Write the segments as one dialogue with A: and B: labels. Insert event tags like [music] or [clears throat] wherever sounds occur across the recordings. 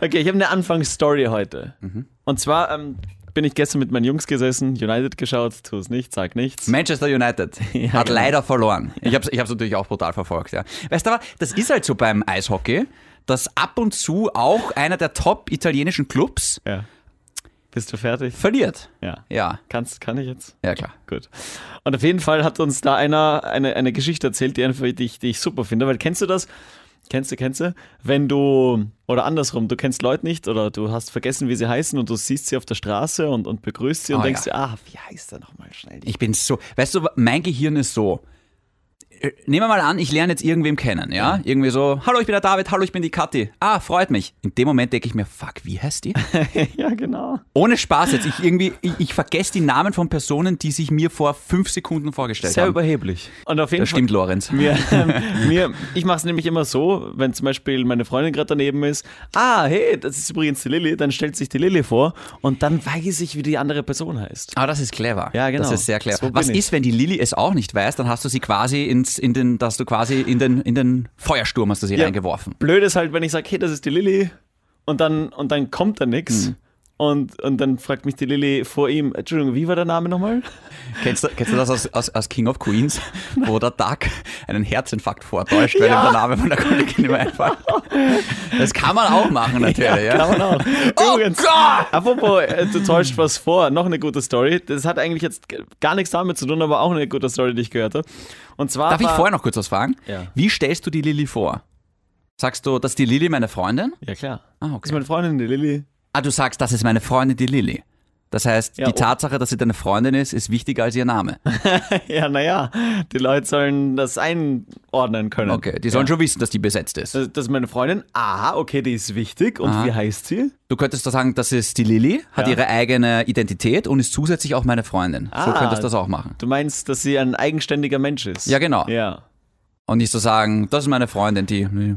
A: Okay, ich habe eine Anfangsstory heute.
B: Mhm.
A: Und zwar ähm, bin ich gestern mit meinen Jungs gesessen, United geschaut, tu es nicht, sag nichts.
B: Manchester United [laughs]
A: Ja,
B: hat
A: genau.
B: leider verloren. Ich habe es ich hab's natürlich auch brutal verfolgt. Ja. Weißt du aber, das ist halt so beim Eishockey, dass ab und zu auch einer der top italienischen Clubs
A: Ja. Bist du fertig?
B: verliert.
A: Ja.
B: Ja,
A: Kannst, kann ich jetzt?
B: ja klar.
A: Gut. Und auf jeden Fall hat uns da einer eine, eine Geschichte erzählt, die, einfach, die, ich, die ich super finde. Weil kennst du das? Kennst du, kennst du? Wenn du, oder andersrum, du kennst Leute nicht oder du hast vergessen, wie sie heißen und du siehst sie auf der Straße und, und begrüßt sie und
B: Ah,
A: denkst
B: ja.
A: dir, ah, wie heißt er nochmal
B: [laughs]
A: schnell?
B: Ich bin so, weißt du, mein Gehirn ist so. Äh, Nehmen wir mal an, ich lerne jetzt irgendwem kennen, ja? Irgendwie so, hallo, ich bin der David, hallo, ich bin die Kathi. Ah, freut mich. In dem Moment denke ich mir, fuck, wie heißt [laughs] die?
A: ja, genau.
B: Ohne Spaß jetzt, ich irgendwie, ich, ich vergesse die Namen von Personen, die sich mir vor fünf Sekunden vorgestellt haben.
A: überheblich. Und auf jeden
B: Das
A: Fall
B: stimmt, Lorenz. [laughs]
A: Mir, mir, ich mache es nämlich immer so, wenn zum Beispiel meine Freundin gerade daneben ist, ah, hey, das ist übrigens die Lilly, dann stellt sich die Lilly vor und dann weiß ich, wie die andere Person heißt.
B: Ah, das ist clever.
A: Ja, genau.
B: Das ist sehr clever.
A: So bin
B: Was
A: ich.
B: ist, wenn die Lilly es auch nicht weiß, dann hast du sie quasi ins, in den, dass du quasi in den, in den Feuersturm hast du sie
A: Ja.
B: reingeworfen.
A: Blöd ist halt, wenn ich sage, hey, das ist die Lilly und dann, und dann kommt da nichts.
B: Mhm.
A: Und, und dann fragt mich die Lilly vor ihm, Entschuldigung, wie war der Name
B: [laughs]
A: nochmal?
B: Kennst du, kennst du das aus, aus, aus King of [laughs] Queens, wo der Doug einen Herzinfarkt vortäuscht, weil
A: Ja.
B: ihm der Name von der Kollegin immer einfällt? [laughs] Das kann man auch machen natürlich, ja.
A: Kann man auch.
B: Oh
A: Genau. Übrigens,
B: Gott!
A: Apropos, äh, du täuscht was vor. Noch eine gute Story. Das hat eigentlich jetzt g- gar nichts damit zu tun, aber auch eine gute Story, die ich gehört habe. Und zwar.
B: Darf ich
A: war-
B: vorher noch kurz was fragen?
A: Ja.
B: Wie stellst du die Lilly vor? Sagst du, das ist die Lilly meine Freundin?
A: Ja, klar.
B: Ah,
A: Das ist
B: okay.
A: meine Freundin, die Lilly.
B: Ah, du sagst, das ist meine Freundin, die Lilly. Das heißt,
A: Ja,
B: die
A: oh.
B: Tatsache, dass sie deine Freundin ist, ist wichtiger als ihr Name.
A: [laughs] Ja, naja, die Leute sollen das einordnen können.
B: Okay, die sollen
A: ja.
B: schon wissen, dass die besetzt ist.
A: Das, das ist meine Freundin. Aha, okay, die ist wichtig. Und
B: Aha.
A: wie heißt sie?
B: Du könntest da sagen, das ist die Lilly, hat
A: Ja.
B: ihre eigene Identität und ist zusätzlich auch meine Freundin. So
A: Ah.
B: könntest du das auch machen.
A: Du meinst, dass sie ein eigenständiger Mensch ist?
B: Ja, genau.
A: Ja.
B: Und nicht so sagen, das ist meine Freundin, die. nee.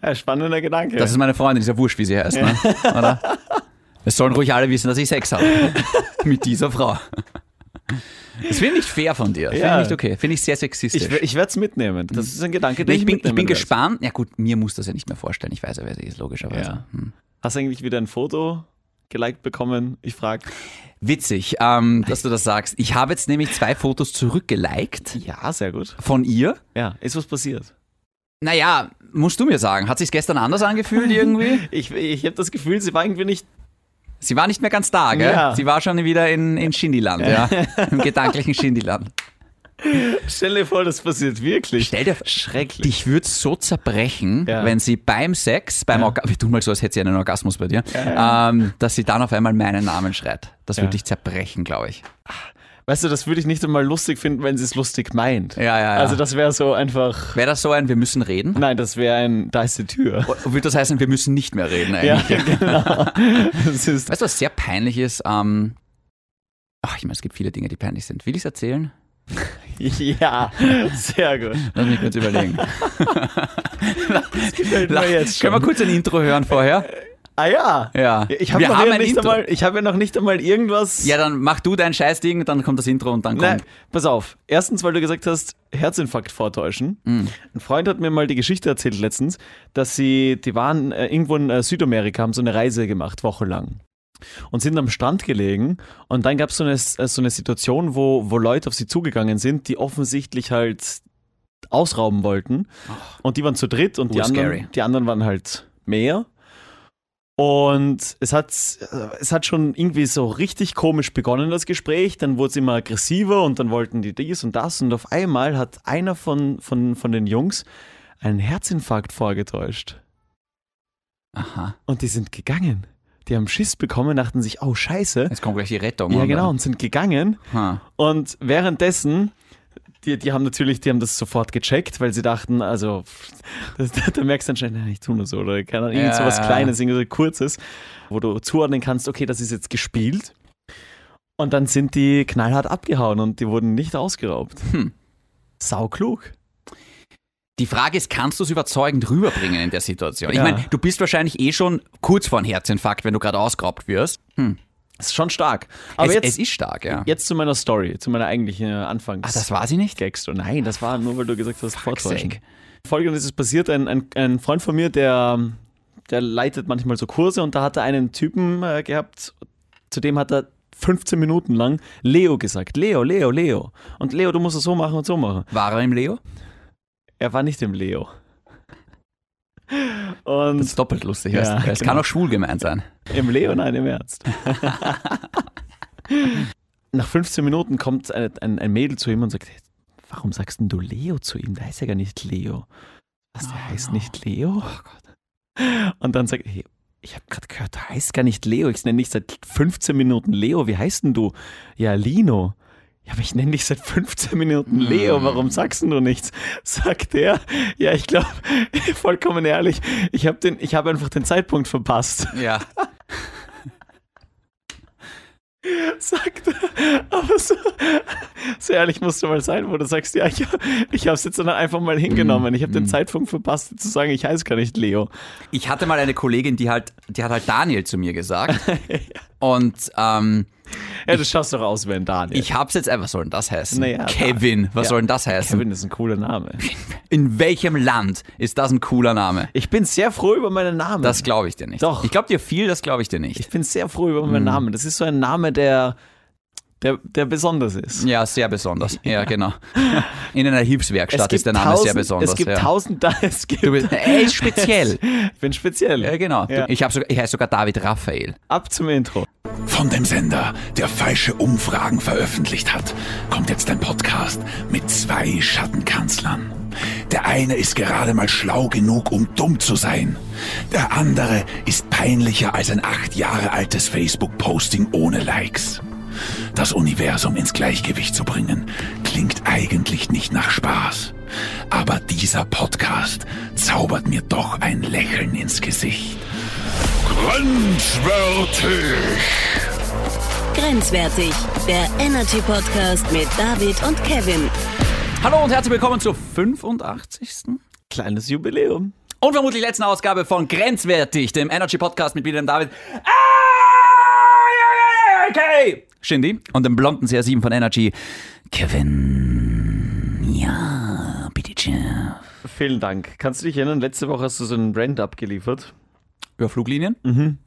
A: Ein spannender Gedanke.
B: Das ist meine Freundin, ist ja wurscht, wie sie heißt, ne? Oder? Es sollen ruhig alle wissen, dass ich Sex
A: [laughs]
B: habe. Mit dieser Frau. Das finde ich nicht fair von dir. Finde
A: Ja.
B: ich nicht okay. Finde ich sehr sexistisch.
A: ich ich werde es mitnehmen. Das ist ein Gedanke, den
B: Nee, ich bin, ich
A: mitnehmen
B: bin
A: werd.
B: gespannt. Ja gut, mir muss das ja nicht mehr vorstellen. Ich weiß ja, wer sie ist, logischerweise.
A: Ja. Hast du eigentlich wieder ein Foto geliked bekommen? Ich frage.
B: Witzig, ähm, dass du das sagst. Ich habe jetzt nämlich zwei Fotos zurückgeliked
A: Ja, sehr gut.
B: von ihr.
A: Ja, ist was passiert.
B: Naja, musst du mir sagen. Hat sich gestern
A: [laughs]
B: anders angefühlt irgendwie?
A: Ich, ich habe das Gefühl, sie war irgendwie nicht.
B: Sie war nicht mehr ganz da, gell?
A: Ja.
B: Sie war schon wieder in, in Schindiland, ja. Im
A: [laughs]
B: gedanklichen Schindiland.
A: Stell dir vor, das passiert wirklich.
B: Stell dir vor,
A: Schrecklich.
B: dich würde so zerbrechen,
A: Ja.
B: wenn sie beim Sex, beim Orgasmus, wir tun mal so, als hätte sie einen Orgasmus bei dir, Ähm, dass sie dann auf einmal meinen Namen schreit. Das
A: Ja.
B: würde dich zerbrechen, glaube ich.
A: Weißt du, das würde ich nicht einmal lustig finden, wenn sie es lustig meint.
B: Ja, ja, ja.
A: Also, das wäre so einfach.
B: Wäre das so ein, wir müssen reden?
A: Nein, das wäre ein, da ist die Tür.
B: Würde das heißen, wir müssen nicht mehr reden eigentlich? [laughs]
A: Ja, genau. Das ist,
B: Weißt du, was sehr peinlich ist? Ähm, ach, ich meine, es gibt viele Dinge, die peinlich sind. Will ich es erzählen?
A: ja, sehr gut.
B: Lass mich
A: [laughs]
B: kurz überlegen.
A: Gefällt mir halt jetzt
B: Können wir
A: schon.
B: kurz ein Intro hören vorher?
A: Ah ja.
B: Ja.
A: Ich hab
B: Wir
A: noch
B: haben
A: ja
B: ein
A: nicht
B: Intro.
A: einmal, ich habe ja noch nicht einmal irgendwas.
B: Ja, dann mach du dein Scheißding, dann kommt das Intro und dann
A: Nein,
B: kommt.
A: pass auf. Erstens, weil du gesagt hast, Herzinfarkt vortäuschen.
B: Hm.
A: Ein Freund hat mir mal die Geschichte erzählt letztens, dass sie, die waren äh, irgendwo in äh, Südamerika, haben so eine Reise gemacht, wochenlang. Und sind am Strand gelegen und dann gab so es so eine Situation, wo, wo Leute auf sie zugegangen sind, die offensichtlich halt ausrauben wollten. Und die waren zu dritt und die
B: Oh,
A: anderen,
B: scary.
A: die anderen waren halt mehr. Und es hat, äh, es hat schon irgendwie so richtig komisch begonnen, das Gespräch. Dann wurde es immer aggressiver und dann wollten die dies und das. Und auf einmal hat einer von, von, von den Jungs einen Herzinfarkt vorgetäuscht.
B: Aha,
A: Und die sind gegangen. Die haben Schiss bekommen, dachten sich, oh Scheiße.
B: jetzt kommt gleich die Rettung.
A: Ja,
B: oder?
A: genau, und sind gegangen.
B: Ha.
A: Und währenddessen, die, die haben natürlich, die haben das sofort gecheckt, weil sie dachten, also, [laughs] das, da, da merkst du dann schnell, nein, ich tu nur so, oder keine Ahnung, irgend so
B: Ja,
A: was
B: ja.
A: Kleines, irgend so Kurzes, wo du zuordnen kannst, okay, das ist jetzt gespielt. Und dann sind die knallhart abgehauen und die wurden nicht ausgeraubt.
B: Hm.
A: Sauklug.
B: Die Frage ist, kannst du es überzeugend rüberbringen in der Situation? Ich
A: Ja.
B: meine, du bist wahrscheinlich eh schon kurz vor einem Herzinfarkt, wenn du gerade ausgeraubt wirst. Hm.
A: Ist schon stark. Aber
B: es,
A: jetzt,
B: es ist stark, ja.
A: jetzt zu meiner Story, zu meiner eigentlichen Anfangs.
B: Ach, das war sie nicht?
A: Gags. Nein, das war nur, weil du gesagt hast, vortäuschen.
B: Fuck sake.
A: Folgendes ist passiert: ein, ein, ein Freund von mir, der, der leitet manchmal so Kurse und da hat er einen Typen äh, gehabt, zu dem hat er 15 Minuten lang Leo gesagt. Leo, Leo, Leo. Und Leo, du musst es so machen und so machen.
B: War er im Leo?
A: Er war nicht im Leo. Und
B: Das ist doppelt lustig.
A: Ja,
B: weißt du? Es
A: genau.
B: kann auch schwul gemeint sein.
A: Im Leo, nein, im Ernst. [laughs] Nach 15 Minuten kommt ein, ein, ein Mädel zu ihm und sagt, warum sagst denn du Leo zu ihm? Der heißt ja gar nicht Leo. Was, der
B: Oh,
A: heißt
B: no.
A: nicht Leo? Oh Und dann sagt er, "Hey, ich habe gerade gehört, der heißt gar nicht Leo. Ich nenne dich seit 15 Minuten Leo. Wie heißt denn du? Ja, Lino. Ja, aber ich nenne dich seit 15 Minuten Leo. Warum sagst denn du nichts? Sagt er. Ja, ich glaube, [laughs] vollkommen ehrlich, ich habe den- ich habe einfach den Zeitpunkt verpasst.
B: Ja.
A: sagt er. Aber so, so ehrlich musst du mal sein, wo du sagst, ja, ich, ich habe es jetzt dann einfach mal hingenommen. Ich habe
B: Mhm.
A: den Zeitpunkt verpasst, zu sagen, ich heiße gar nicht Leo.
B: Ich hatte mal eine Kollegin, die halt, die hat halt Daniel zu mir gesagt.
A: [laughs]
B: Und ähm,
A: Ja, du schaust doch aus wie ein Daniel.
B: ich hab's jetzt einfach, was soll denn das heißen?
A: Naja,
B: Kevin, was
A: Ja.
B: soll denn das heißen?
A: Kevin ist ein cooler Name.
B: In welchem Land ist das ein cooler Name?
A: Ich bin sehr froh über meinen Namen.
B: Das glaube ich dir nicht.
A: Doch.
B: Ich glaube dir viel, das glaube ich dir nicht.
A: ich bin sehr froh über
B: Mhm.
A: meinen Namen. Das ist so ein Name, der, der, der besonders ist.
B: Ja,
A: [laughs]
B: sehr besonders. Ja, genau. In einer Hilfswerkstatt ist der Name sehr besonders.
A: Es gibt
B: ja.
A: tausend da, [laughs] es gibt.
B: Du bist, er ist speziell.
A: [laughs] ich bin speziell.
B: Ja, genau.
A: Ja.
B: Du- Ich, hab sogar, ich heiße sogar David Raphael.
A: Ab zum Intro.
C: Von dem Sender, der falsche Umfragen veröffentlicht hat, kommt jetzt ein Podcast mit zwei Schattenkanzlern. Der eine ist gerade mal schlau genug, um dumm zu sein. Der andere ist peinlicher als ein acht Jahre altes Facebook-Posting ohne Likes. Das Universum ins Gleichgewicht zu bringen, klingt eigentlich nicht nach Spaß. Aber dieser Podcast zaubert mir doch ein Lächeln ins Gesicht. Grenzwertig!
D: Grenzwertig, der Energy Podcast mit David und Kevin.
B: Hallo und herzlich willkommen zur 85.
A: Kleines Jubiläum.
B: und vermutlich letzten Ausgabe von Grenzwertig, dem Energy Podcast mit mir, dem David. Ah, Okay. Shindy und dem blonden CR7 von Energy, Kevin. Ja, bitte schön.
A: Vielen Dank. Kannst du dich erinnern, letzte Woche hast du so einen Brand abgeliefert?
B: Über Fluglinien? Mhm.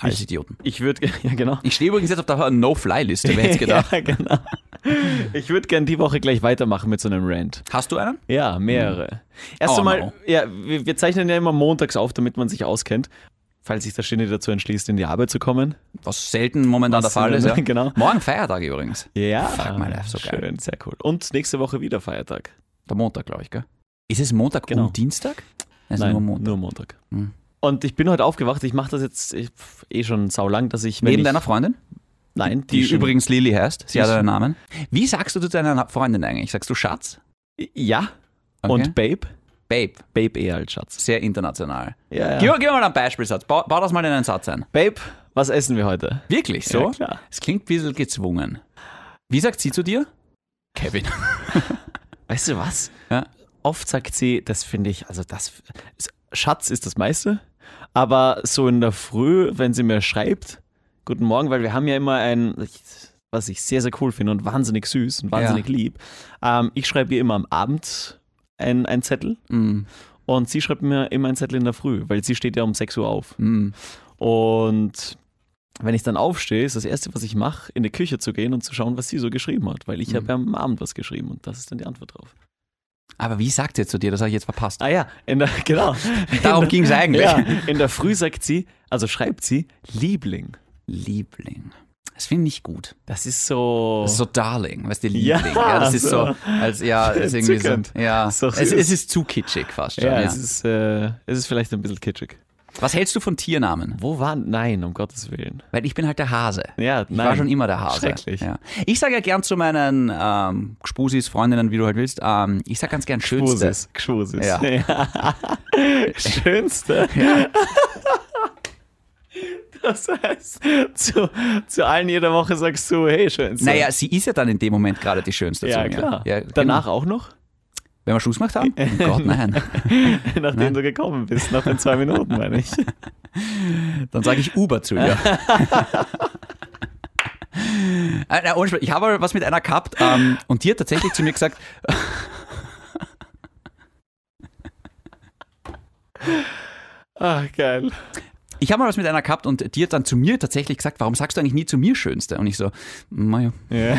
B: Alles Idioten.
A: Ich würde, [laughs] ja genau.
B: Ich stehe übrigens jetzt auf der No-Fly-Liste,
A: [laughs]
B: wer hätte gedacht.
A: Ja, genau. Ich würde gern die Woche gleich weitermachen mit so einem Rant.
B: Hast du einen?
A: Ja, mehrere. Erst
B: Oh,
A: einmal,
B: no.
A: ja, wir, wir zeichnen ja immer montags auf, damit man sich auskennt. Falls sich der Schinne dazu entschließt, in die Arbeit zu kommen.
B: Was selten momentan
A: Was
B: der Fall ist.
A: [laughs]
B: Ja.
A: genau.
B: Morgen Feiertag übrigens.
A: Ja,
B: Fuck my life, so geil.
A: schön, sehr cool. Und nächste Woche wieder Feiertag.
B: Der Montag, glaube ich, gell? Ist es Montag
A: Genau.
B: und Dienstag? Es
A: Nein,
B: ist Also nur Montag.
A: nur Montag.
B: Mhm.
A: Und ich bin heute aufgewacht. Ich mache das jetzt ich, pf, eh schon saulang, dass ich. wenn
B: Neben
A: ich,
B: deiner Freundin?
A: Nein,
B: Die,
A: schon-
B: übrigens Lilly heißt. Sie
A: Die
B: hat
A: ist-
B: einen Namen. Wie sagst du zu deiner Freundin eigentlich? Sagst du Schatz?
A: Ja.
B: Okay.
A: Und Babe?
B: Babe.
A: Babe eher als Schatz.
B: Sehr international.
A: Ja, ja.
B: Gib, gib mir mal einen Beispielsatz. Bau, bau das mal in einen Satz ein.
A: Babe, was essen wir heute?
B: Wirklich so?
A: Ja, klar.
B: Es klingt ein bisschen gezwungen. Wie sagt sie zu dir? [laughs] Kevin.
A: Weißt du was?
B: Ja.
A: Oft sagt sie, das finde ich, also das. Schatz ist das meiste. Aber so in der Früh, wenn sie mir schreibt, guten Morgen, weil wir haben ja immer ein, was ich sehr, sehr cool finde und wahnsinnig süß und wahnsinnig lieb. Ähm, ich schreibe ihr immer am Abend ein, ein Zettel
B: Mm,
A: und sie schreibt mir immer einen Zettel in der Früh, weil sie steht ja um 6 Uhr auf.
B: mm.
A: Und wenn ich dann aufstehe, ist das Erste, was ich mache, in die Küche zu gehen und zu schauen, was sie so geschrieben hat. Weil ich
B: Mhm.
A: habe ja am Abend was geschrieben und das ist dann die Antwort drauf.
B: Aber wie sagt sie zu dir? Das habe ich jetzt verpasst.
A: Ah ja, in der, [laughs]
B: [laughs]
A: genau.
B: Darum
A: In der-
B: ging es eigentlich.
A: Ja, in der Früh sagt sie, also schreibt sie, Liebling.
B: Liebling. Das finde ich gut.
A: Das ist so...
B: Das ist so Darling, weißt du,
A: Ja,
B: Liebling. Oh. Ja, das ist [laughs] so,
A: so.
B: als, ja, ist irgendwie so,
A: Zuckend.
B: ja.
A: Ist doch
B: es,
A: süß.
B: es ist zu kitschig fast schon.
A: ja,
B: Ja,
A: Es, ist, äh, es ist vielleicht ein bisschen kitschig.
B: Was hältst du von Tiernamen?
A: Wo war... Nein, um Gottes Willen.
B: Weil ich bin halt der Hase.
A: Ja,
B: Ich
A: nein.
B: war schon immer der Hase.
A: Schrecklich.
B: Ja. Ich sage ja gern zu meinen ähm, Spusis, Freundinnen, wie du halt willst, ähm, ich sage ganz gern Schönste.
A: Schwusis. Schwusis.
B: Ja.
A: [laughs] Schönste. Das heißt, zu, zu allen jeder Woche sagst du, hey, Schönste.
B: Naja, sie ist ja dann in dem Moment gerade die Schönste zu
A: ja,
B: mir.
A: klar.
B: Ja,
A: Danach
B: Genau.
A: auch noch, [laughs]
B: Wenn wir Schluss gemacht haben? Oh Gott, nein.
A: nachdem du gekommen bist, nach den zwei Minuten, meine
B: [laughs]
A: ich.
B: Dann sage ich Uber
A: [laughs]
B: zu ihr. Äh, na, ohne Spaß. ich habe mal was mit einer gehabt ähm, und die hat tatsächlich zu mir gesagt,
A: Ach, geil.
B: Ich habe mal was mit einer gehabt und die hat dann zu mir tatsächlich gesagt, warum sagst du eigentlich nie zu mir Schönste? Und ich so, naja.
A: Ja.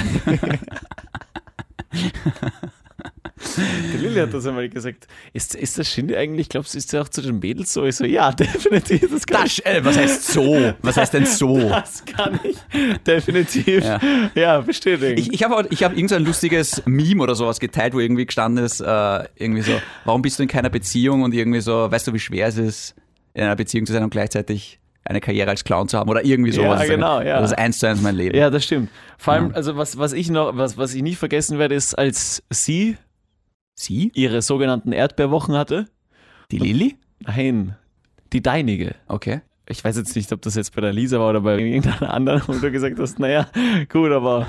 A: Die Lilly hat das einmal gesagt. Ist, ist das Shindy eigentlich, glaubst du, ist der auch zu den Mädels so? Ich so, ja, [laughs] definitiv. Das kann,
B: Das, äh, was heißt so? Was heißt denn so?
A: das kann ich. Definitiv.
B: Oh. Ja.
A: Ja, bestätigen.
B: Ich, ich habe auch- ich hab irgend so ein lustiges Meme oder sowas geteilt, wo irgendwie gestanden ist, äh, irgendwie so, warum bist du in keiner Beziehung und irgendwie so, weißt du, wie schwer es ist, in einer Beziehung zu sein und gleichzeitig eine Karriere als Clown zu haben oder irgendwie
A: Ja,
B: sowas.
A: genau, ja.
B: Das ist eins zu eins mein Leben.
A: ja, das stimmt. Vor allem, also was, was ich noch, was, was ich nie vergessen werde, ist, als sie
B: Sie?
A: ihre sogenannten Erdbeerwochen hatte.
B: Die Lilly?
A: Nein, die deinige.
B: Okay.
A: Ich weiß jetzt nicht, ob das jetzt bei der Lisa war oder bei irgendeiner anderen, wo du gesagt hast, naja, gut, aber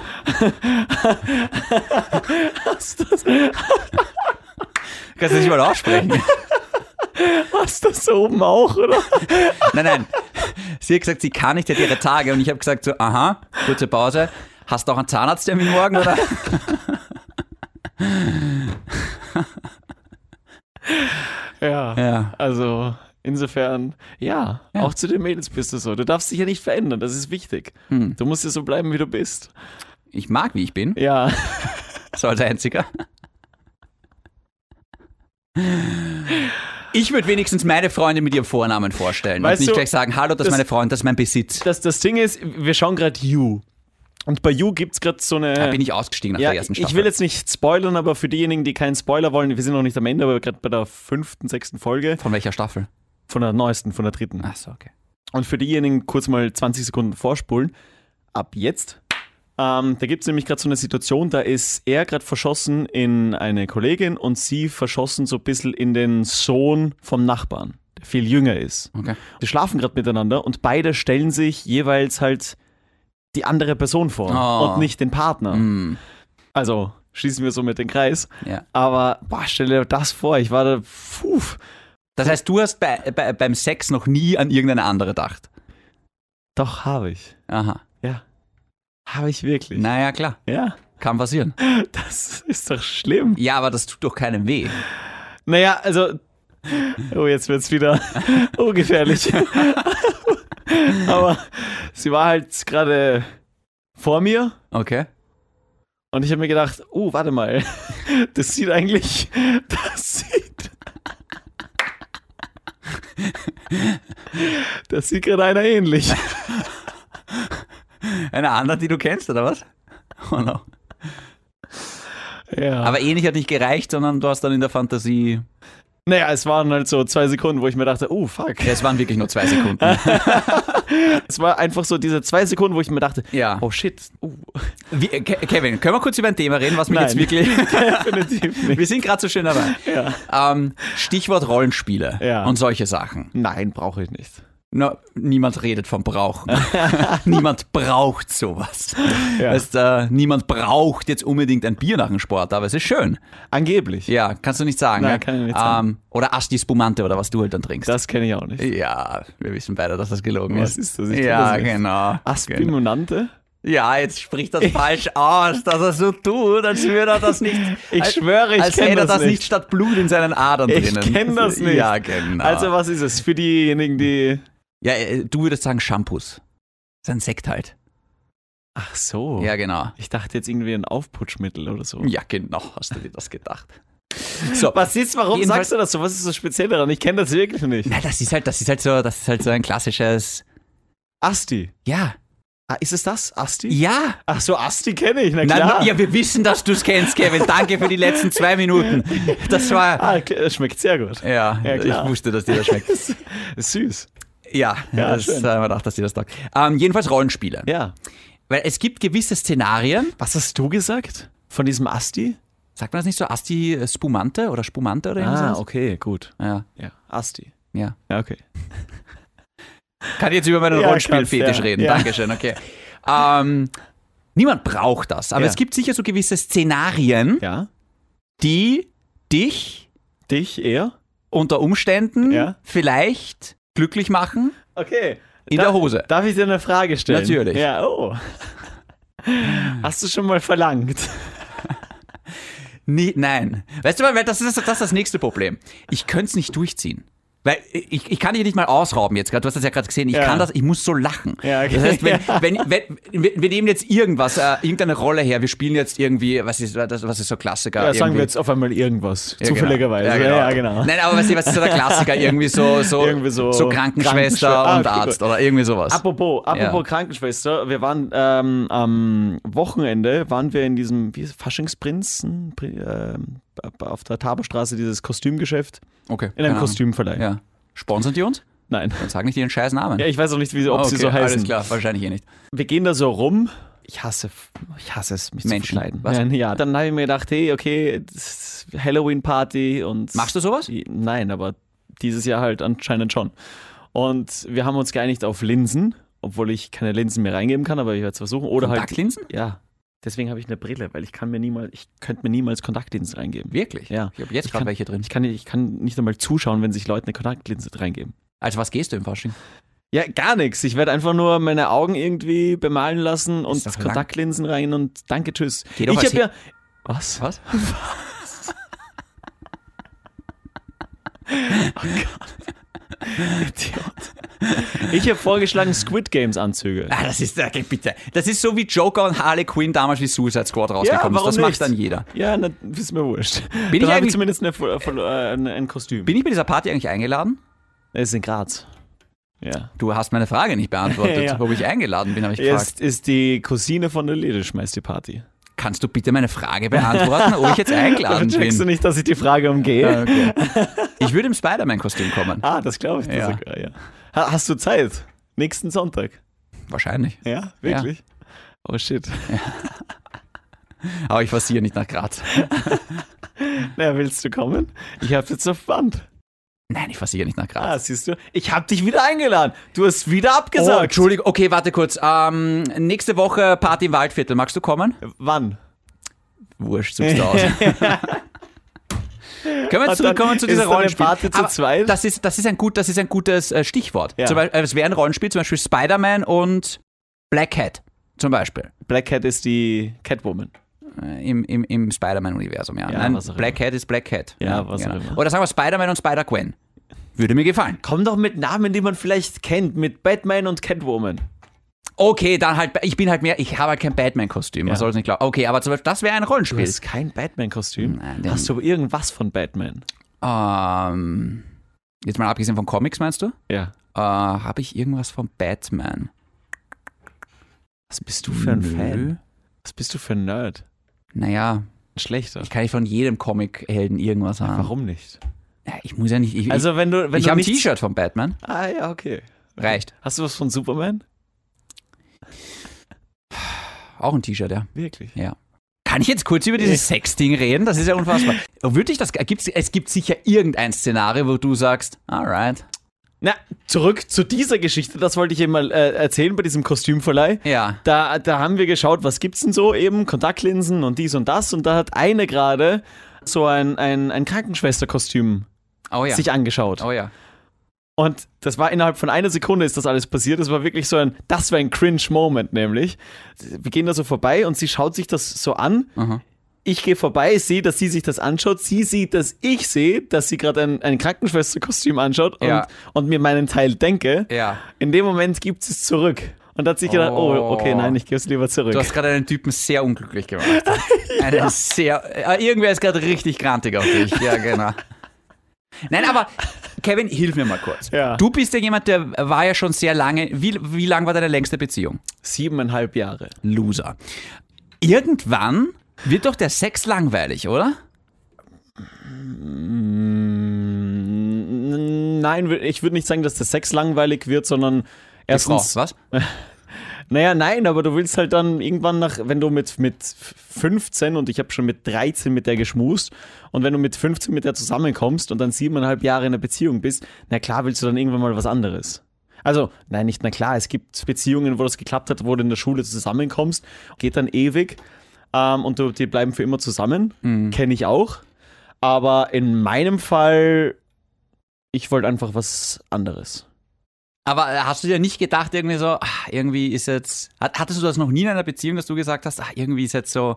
A: hast das
B: Kannst du das nicht
A: [laughs]
B: mal aussprechen?
A: Hast das da oben auch, oder?
B: nein, nein. Sie hat gesagt, sie kann nicht, sie hat ihre Tage und ich habe gesagt so, aha, kurze Pause. Hast du auch einen Zahnarzttermin morgen oder?
A: [laughs] Ja.
B: Ja.
A: Also, insofern, ja, auch zu den Mädels bist du so. Du darfst dich ja nicht verändern, das ist wichtig.
B: Hm.
A: Du musst ja so bleiben, wie du bist.
B: Ich mag, wie ich bin.
A: Ja. [laughs]
B: So als einziger. Ich würde wenigstens meine Freundin mit ihrem Vornamen vorstellen
A: Weißt
B: und nicht
A: du,
B: gleich sagen, hallo, das ist
A: das-
B: meine Freundin, das ist mein Besitz.
A: Das, das Ding ist, wir schauen gerade You. Und bei You gibt es gerade so eine.
B: Da bin ich ausgestiegen nach
A: ja,
B: der ersten Staffel.
A: ich will jetzt nicht spoilern, aber für diejenigen, die keinen Spoiler wollen, wir sind noch nicht am Ende, aber gerade bei der fünften, sechsten Folge,
B: Von welcher Staffel?
A: von der neuesten, von der dritten.
B: Ach so, okay.
A: Und für diejenigen kurz mal 20 Sekunden vorspulen. Ab jetzt. Ähm, da gibt es nämlich gerade so eine Situation, da ist er gerade verschossen in eine Kollegin und sie verschossen so ein bisschen in den Sohn vom Nachbarn, der viel jünger ist.
B: okay.
A: Die schlafen gerade miteinander und beide stellen sich jeweils halt die andere Person vor
B: Oh.
A: und nicht den Partner.
B: Hm,
A: Also schließen wir somit den Kreis.
B: ja.
A: Aber boah, stell dir das vor, ich war da, puh,
B: Das heißt, du hast bei, bei, beim Sex noch nie an irgendeine andere gedacht.
A: doch habe ich.
B: Aha.
A: Ja. Habe ich wirklich.
B: Naja, klar.
A: Ja.
B: Kann passieren.
A: Das ist doch schlimm.
B: Ja, aber das tut doch keinem weh.
A: Naja, also. Oh, jetzt wird's wieder ungefährlich. Aber sie war halt gerade vor mir
B: Okay.
A: und ich habe mir gedacht, oh, warte mal. [laughs] Das sieht eigentlich. [laughs] Das sieht. [laughs] Das sieht gerade einer
B: [laughs]
A: ähnlich.
B: Eine andere, die du kennst, oder was? Oh no.
A: Ja.
B: Aber ähnlich hat nicht gereicht, sondern du hast dann in der Fantasie
A: naja, es waren halt so zwei Sekunden, wo ich mir dachte, oh, fuck.
B: Ja, es waren wirklich nur zwei Sekunden.
A: Es war einfach so diese zwei Sekunden, wo ich mir dachte,
B: Ja.
A: oh shit, oh, [laughs]
B: Wie, äh, Ke- Kevin, können wir kurz über ein Thema reden, was mich
A: Nein.
B: jetzt wirklich.
A: [laughs] definitiv nicht.
B: wir sind gerade so schön dabei. Ähm, Stichwort Rollenspiele
A: Ja.
B: und solche Sachen.
A: Nein, brauche ich nicht.
B: Na, niemand redet vom Brauchen. [laughs] niemand braucht sowas.
A: Ja.
B: Weißt, äh, niemand braucht jetzt unbedingt ein Bier nach dem Sport, aber es ist schön.
A: Angeblich.
B: Ja, kannst du nicht sagen.
A: Nein,
B: ja?
A: kann ich nicht
B: ähm,
A: sagen.
B: Oder Asti Spumante oder was du halt dann trinkst.
A: Das kenne ich auch nicht.
B: ja, wir wissen beide, dass das gelogen
A: Was ist
B: ist.
A: das? Ich kenn
B: ja,
A: das nicht.
B: genau. genau.
A: Aspimunante?
B: Ja, jetzt spricht das falsch aus, dass er so tut, als würde er das nicht.
A: Ich
B: als,
A: schwöre, ich
B: als
A: kenn
B: hätte er
A: das
B: das nicht.
A: nicht.
B: statt Blut in seinen Adern
A: Ich
B: drinnen.
A: kenn das nicht.
B: Ja, genau.
A: Also, was ist es für diejenigen, die.
B: ja, äh, du würdest sagen Shampoos. Das ist ein Sekt halt.
A: Ach so.
B: Ja, genau.
A: Ich dachte jetzt irgendwie ein Aufputschmittel oder so.
B: Ja, genau. Hast du dir das gedacht?
A: [laughs]
B: So.
A: Was ist, warum
B: Jedenfalls-
A: sagst du das so? Was ist so speziell daran? Ich kenne das wirklich nicht.
B: Na, das ist halt, das ist halt so, das ist halt so ein klassisches.
A: [laughs] Asti.
B: Ja.
A: Ah, ist es das? Asti?
B: Ja.
A: Ach so, Asti kenne ich, na
B: Na,
A: klar.
B: ja, wir wissen, dass du es kennst, Kevin. Danke für die letzten zwei Minuten. Das war.
A: Ah, okay, es schmeckt sehr gut.
B: Ja,
A: Ja,
B: ich
A: klar.
B: wusste, dass dir
A: [laughs]
B: das schmeckt.
A: Ist süß.
B: Ja,
A: Ja,
B: das
A: schön.
B: haben wir gedacht, dass dir das taugt. Ähm, jedenfalls Rollenspiele.
A: Ja.
B: Weil es gibt gewisse Szenarien,
A: Was hast du gesagt? Von diesem Asti?
B: sagt man das nicht so, Asti äh, Spumante oder Spumante oder
A: Ah,
B: irgendwas?
A: okay, gut.
B: Ja,
A: Ja, Asti.
B: ja.
A: Ja, okay.
B: Kann jetzt über meinen
A: Ja,
B: Rollenspielfetisch
A: kannst, ja.
B: reden.
A: Ja.
B: Dankeschön, okay. Ähm, niemand braucht das, aber
A: Ja.
B: es gibt sicher so gewisse Szenarien,
A: Ja.
B: die dich
A: Dich eher?
B: unter Umständen
A: Ja.
B: vielleicht glücklich machen
A: Okay.
B: in der Hose.
A: Darf ich dir eine Frage stellen?
B: Natürlich.
A: Ja, [laughs] oh. Hast du schon mal verlangt?
B: Nie, nein. Weißt du, weil das ist das, das, ist das nächste Problem. Ich könnte es nicht durchziehen. Weil ich, ich kann dich nicht mal ausrauben jetzt gerade. Du hast das ja gerade gesehen. Ich
A: Ja.
B: kann das, ich muss so lachen.
A: Ja, okay.
B: Das heißt, wenn,
A: [laughs] Ja.
B: wenn, wenn, wir- wir nehmen jetzt irgendwas, äh, irgendeine Rolle her. Wir spielen jetzt irgendwie, was ist, das, was ist so Klassiker?
A: Ja, sagen
B: irgendwie.
A: wir jetzt auf einmal irgendwas.
B: Ja, genau.
A: zufälligerweise. Ah, Ja, ja, genau.
B: Nein, aber weißt du, was ist so
A: [laughs]
B: der Klassiker? Irgendwie so, so,
A: Irgendwie so Krankenschw-
B: Krankenschwester
A: Ah,
B: und
A: okay,
B: Arzt
A: gut.
B: oder irgendwie sowas.
A: Apropos, apropos
B: Ja.
A: Krankenschwester, wir waren ähm, am Wochenende, waren wir in diesem wie ist, es, Faschingsprinzen, Pri- ähm, auf der Taborstraße, dieses Kostümgeschäft,
B: okay.
A: in einem
B: keine
A: Kostümverleih.
B: Ahnung. Ja. Sponsern die uns?
A: Nein.
B: Dann sag nicht ihren scheiß Namen.
A: Ja, ich weiß auch nicht, wie sie, ob
B: okay,
A: sie so heißen.
B: Alles klar, wahrscheinlich eh nicht.
A: Wir gehen da so rum. Ich hasse, ich hasse es, mich
B: Menschen,
A: zu verkleiden.
B: was?
A: Ja, Ja, dann habe ich mir gedacht, hey, okay, das ist Halloween-Party und...
B: Machst du sowas?
A: Nein, aber dieses Jahr halt anscheinend schon. Und wir haben uns geeinigt auf Linsen, obwohl ich keine Linsen mehr reingeben kann, aber ich werde es versuchen. Oder halt...
B: Kontaktlinsen?
A: Ja, deswegen habe ich eine Brille, weil ich kann mir niemals, ich könnte mir niemals Kontaktlinsen reingeben.
B: Wirklich?
A: Ja.
B: Ich habe jetzt
A: Ich
B: gerade
A: kann-
B: welche drin.
A: Ich kann, ich kann nicht einmal zuschauen, wenn sich Leute eine Kontaktlinse reingeben.
B: Also was gehst du im Fasching?
A: Ja, gar nichts. Ich werde einfach nur meine Augen irgendwie bemalen lassen und
B: Ist doch lang.
A: Kontaktlinsen rein und danke, tschüss.
B: Geh doch
A: ich
B: als
A: habe ja. Was?
B: Was?
A: Ich habe vorgeschlagen Squid Games Anzüge.
B: [laughs] Ah, das ist, okay, bitte. Das ist so wie Joker und Harley Quinn damals wie Suicide Squad rausgekommen ist. Das macht dann jeder.
A: Ja, na, ist mir wurscht.
B: Bin ich
A: Dann habe
B: eigentlich-
A: ich zumindest eine, Fol- Fol- äh, ein- ein Kostüm.
B: Bin ich bei dieser Party eigentlich eingeladen?
A: Es ist in Graz. Ja.
B: Du hast meine Frage nicht beantwortet, [laughs]
A: Ja.
B: ob ich eingeladen bin, habe ich gefragt.
A: Ist, ist die Cousine von der Lede, schmeißt die Party.
B: Kannst du bitte meine Frage beantworten, ob ich jetzt [laughs] eingeladen
A: checkst du
B: bin?
A: nicht, dass ich die Frage umgehe?
B: Ah, okay. Ich würde im Spider-Man-Kostüm kommen.
A: Ah, das glaube ich dir
B: Ja.
A: sogar, ja. Ha, hast du Zeit? Nächsten Sonntag.
B: Wahrscheinlich.
A: Ja,
B: wirklich?
A: Oh shit.
B: Aber ich fahre nicht nach Graz.
A: [laughs] Na, willst du kommen? Ich hab's jetzt auf Band.
B: Nein, ich fahre nicht nach Graz.
A: Ah, siehst du? Ich hab dich wieder eingeladen. Du hast wieder
B: Oh,
A: abgesagt.
B: Entschuldigung, okay, warte kurz. Ähm, nächste Woche Party im Waldviertel. Magst du kommen?
A: Wann?
B: Wurscht, suchst du
A: [laughs]
B: aus. Können wir
A: dann
B: jetzt zurückkommen zu
A: ist
B: dieser
A: dann eine
B: Rollenspiel?
A: Party zu
B: Aber
A: zweit?
B: Das ist, das ist ein gut, das ist ein gutes äh, Stichwort.
A: Ja.
B: Zum Beispiel, äh, es wäre ein Rollenspiel, zum Beispiel Spider-Man und Black Cat. Zum Beispiel.
A: Black Cat ist die Catwoman.
B: Äh, Im, im, im Spider-Man-Universum, ja.
A: Ja,
B: Nein,
A: was auch
B: Black Cat ist Black Cat.
A: Ja, was auch immer.
B: Oder sagen wir Spider-Man und Spider-Gwen. Würde mir gefallen.
A: Komm doch mit Namen, die man vielleicht kennt, mit Batman und Catwoman.
B: Okay, dann halt, ich bin halt mehr, ich habe halt kein Batman-Kostüm, man
A: Ja.
B: soll es nicht glauben. Okay, aber zum Beispiel, das wäre ein Rollenspiel.
A: Du hast kein Batman-Kostüm.
B: Nein, den-
A: Hast du irgendwas von Batman?
B: Ähm, jetzt mal abgesehen von Comics, meinst du?
A: Ja.
B: Äh, Habe ich irgendwas von Batman?
A: Was bist du für ein
B: Nö.
A: Fan? Was bist du für ein Nerd?
B: Naja,
A: Ein schlechter.
B: ich kann nicht von jedem Comic-Helden irgendwas haben.
A: Warum nicht?
B: Ja, ich muss ja nicht. Ich,
A: Also, wenn du. Wenn
B: ich, ich
A: du
B: habe ein
A: nichts-
B: T-Shirt von Batman.
A: Ah, ja, okay.
B: Reicht.
A: Hast du was von Superman?
B: Auch ein T-Shirt, ja.
A: Wirklich.
B: ja. Kann ich jetzt kurz über dieses Sex-Ding reden? Das ist ja [laughs] unfassbar. Würde ich das. Gibt's, es gibt sicher irgendein Szenario, wo du sagst, alright.
A: Na, zurück zu dieser Geschichte, das wollte ich eben mal äh, erzählen bei diesem Kostümverleih.
B: Ja.
A: Da, da haben wir geschaut, was gibt's denn so eben, Kontaktlinsen und dies und das. Und da hat eine gerade so ein, ein, ein Krankenschwesterkostüm
B: Oh ja.
A: sich angeschaut.
B: Oh ja.
A: Und das war innerhalb von einer Sekunde ist das alles passiert. Das war wirklich so ein, das war ein Cringe-Moment nämlich. Wir gehen da so vorbei und sie schaut sich das so an.
B: Aha.
A: Ich gehe vorbei, sehe, dass sie sich das anschaut. Sie sieht, dass ich sehe, dass sie gerade ein, ein Krankenschwesterkostüm anschaut und,
B: Ja.
A: und mir meinen Teil denke.
B: Ja.
A: In dem Moment gibt es zurück. Und hat sich gedacht, oh,
B: Oh.
A: okay, nein, ich gebe es lieber zurück.
B: Du hast gerade einen Typen sehr unglücklich [laughs] gemacht. Einen sehr. äh, Irgendwer ist gerade richtig grantig auf dich. Ja, genau. Nein, aber Kevin, hilf mir mal kurz.
A: Ja.
B: Du bist ja jemand, der war ja schon sehr lange. Wie, wie lang war deine längste Beziehung?
A: Siebeneinhalb Jahre.
B: Loser. Irgendwann wird doch der Sex langweilig, oder?
A: N- Nein, wür- ich würde nicht sagen, dass der Sex langweilig wird, sondern erstens.
B: Frau, was?
A: Naja, nein, aber du willst halt dann irgendwann nach, wenn du mit, mit 15 und ich habe schon mit 13 mit der geschmust und wenn du mit 15 mit der zusammenkommst und dann siebeneinhalb Jahre in einer Beziehung bist, na klar willst du dann irgendwann mal was anderes. Also, nein, nicht na klar, es gibt Beziehungen, wo das geklappt hat, wo du in der Schule zusammenkommst, geht dann ewig ähm, und du, die bleiben für immer zusammen, kenne ich auch. Aber in meinem Fall, ich wollte einfach was anderes.
B: Aber äh, hast du dir nicht gedacht, irgendwie so, ah, irgendwie ist jetzt. hat- Hattest du das noch nie in einer Beziehung, dass du gesagt hast, ah, irgendwie ist jetzt so.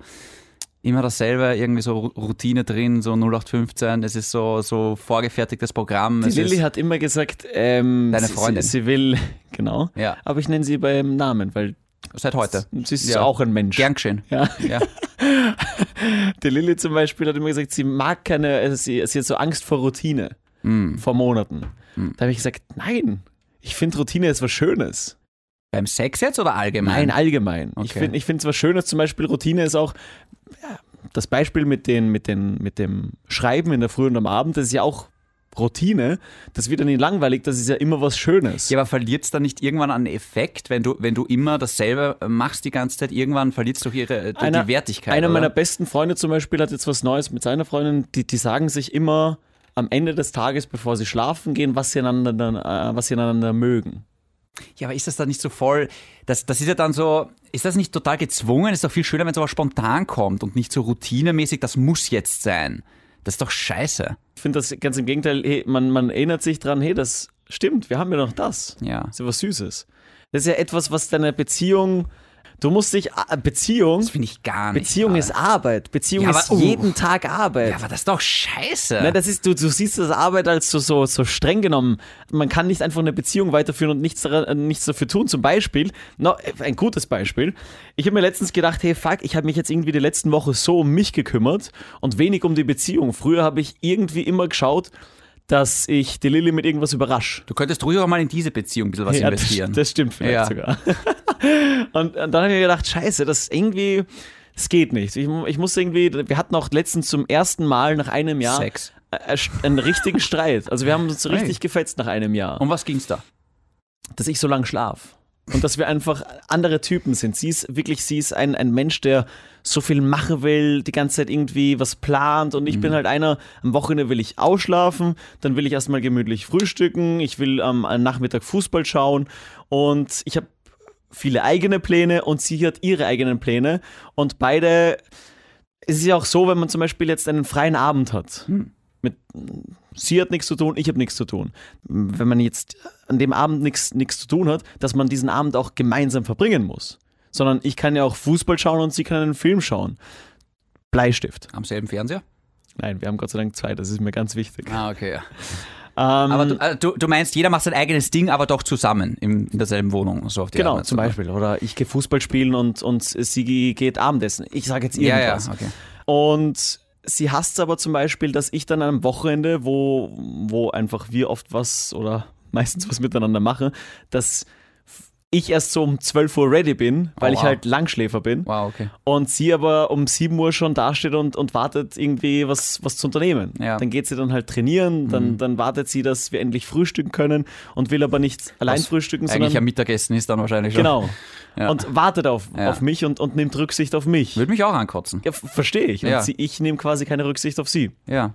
B: immer dasselbe, irgendwie so Ru- Routine drin, so 0815, es ist so, so vorgefertigtes Programm.
A: Die
B: es
A: Lilly
B: ist,
A: hat immer gesagt, ähm,
B: Deine
A: sie-
B: Freundin.
A: Sie, sie will, [laughs] genau.
B: Ja.
A: Aber ich nenne sie beim Namen, weil
B: seit heute.
A: sie ist
B: Ja.
A: auch ein Mensch.
B: Gern geschehen.
A: Ja.
B: Ja.
A: Die Lilly zum Beispiel hat immer gesagt, sie mag keine, also sie, sie hat so Angst vor Routine.
B: Hm.
A: Vor Monaten. Da habe ich gesagt, nein, ich finde Routine ist was Schönes.
B: Beim Sex jetzt oder allgemein?
A: Nein, allgemein. Ich
B: Okay.
A: finde ich find es was Schönes, zum Beispiel Routine ist auch, ja, das Beispiel mit, den, mit, den, mit dem Schreiben in der Früh und am Abend, das ist ja auch Routine. Das wird ja nicht langweilig, das ist ja immer was Schönes.
B: Ja, aber verliert es dann nicht irgendwann an Effekt, wenn du, wenn du immer dasselbe machst die ganze Zeit? Irgendwann verliert es doch ihre, die-
A: Einer-
B: die Wertigkeit.
A: Einer
B: oder?
A: meiner besten Freunde zum Beispiel hat jetzt was Neues mit seiner Freundin. Die, die sagen sich immer am Ende des Tages, bevor sie schlafen gehen, was sie einander, dann, äh, was sie einander mögen.
B: Ja, aber ist das dann nicht so voll? Das, das ist ja dann so, ist das nicht total gezwungen? Ist doch viel schöner, wenn es aber spontan kommt und nicht so routinemäßig, das muss jetzt sein. Das ist doch scheiße.
A: Ich finde das ganz im Gegenteil, hey, man, man erinnert sich dran, hey, das stimmt, wir haben ja noch das.
B: Ja.
A: Das ist ja was Süßes. Das ist ja etwas, was deine Beziehung, du musst dich, a- Beziehung,
B: Das finde ich gar nicht.
A: Beziehung
B: geil.
A: ist Arbeit. Beziehung
B: Ja, aber-
A: ist
B: uh.
A: jeden Tag Arbeit.
B: Ja, aber das ist doch scheiße.
A: Nein, Ne, das ist, du, du siehst das Arbeit als so, so, so streng genommen. Man kann nicht einfach eine Beziehung weiterführen und nichts, daran, äh, nichts dafür tun. Zum Beispiel, no, ein gutes Beispiel. Ich habe mir letztens gedacht, hey fuck, ich habe mich jetzt irgendwie die letzten Woche so um mich gekümmert und wenig um die Beziehung. Früher habe ich irgendwie immer geschaut, dass ich die Lilly mit irgendwas überrasche.
B: du könntest ruhig auch mal in diese Beziehung ein bisschen was
A: Ja, das,
B: investieren.
A: das stimmt vielleicht
B: Ja.
A: sogar. [laughs] und, und dann habe ich mir gedacht, scheiße, das irgendwie, es geht nicht. Ich, mu- ich muss irgendwie, wir hatten auch letztens zum ersten Mal nach einem Jahr
B: Sex.
A: äh, einen richtigen Streit. Also wir haben uns richtig gefetzt nach einem Jahr.
B: um was ging's da?
A: dass ich so lange schlaf. Und dass wir einfach andere Typen sind. Sie ist wirklich, sie ist ein, ein Mensch, der so viel machen will, die ganze Zeit irgendwie was plant. Und ich bin halt einer, am Wochenende will ich ausschlafen, dann will ich erstmal gemütlich frühstücken, ich will am am Nachmittag Fußball schauen und ich habe viele eigene Pläne und sie hat ihre eigenen Pläne. Und beide, es ist ja auch so, wenn man zum Beispiel jetzt einen freien Abend hat. Mit, sie hat nichts zu tun, ich habe nichts zu tun. Wenn man jetzt an dem Abend nichts nichts zu tun hat, dass man diesen Abend auch gemeinsam verbringen muss. Sondern ich kann ja auch Fußball schauen und sie kann einen Film schauen. Bleistift.
B: Am selben Fernseher?
A: Nein, wir haben Gott sei Dank zwei, das ist mir ganz wichtig.
B: Ah, okay. Ja.
A: Ähm,
B: Aber du, äh, du, du meinst, jeder macht sein eigenes Ding, aber doch zusammen im, in derselben Wohnung. So auf die
A: genau,
B: Art,
A: zum
B: oder?
A: Beispiel. Oder ich gehe Fußball spielen und, und sie geht Abendessen. Ich sage jetzt
B: Ja, ja,
A: irgendwas.
B: okay.
A: Und sie hasst es aber zum Beispiel, dass ich dann am Wochenende, wo, wo einfach wir oft was oder meistens was miteinander machen, dass ich erst so um 12 Uhr ready bin, weil
B: Oh,
A: ich
B: wow.
A: halt Langschläfer bin.
B: Wow, okay.
A: Und sie aber um 7 Uhr schon dasteht und, und wartet irgendwie was, was zu unternehmen.
B: Ja. Mhm.
A: Dann geht sie dann halt trainieren, dann, dann wartet sie, dass wir endlich frühstücken können und will aber nicht allein
B: Was
A: frühstücken, sondern...
B: Eigentlich am Mittagessen ist dann wahrscheinlich schon.
A: genau.
B: Ja.
A: Und wartet auf,
B: Ja.
A: auf mich und, und nimmt Rücksicht auf mich.
B: Würde mich auch ankotzen.
A: Ja, verstehe ich. Und
B: Ja.
A: sie, ich nehme quasi keine Rücksicht auf sie.
B: Ja.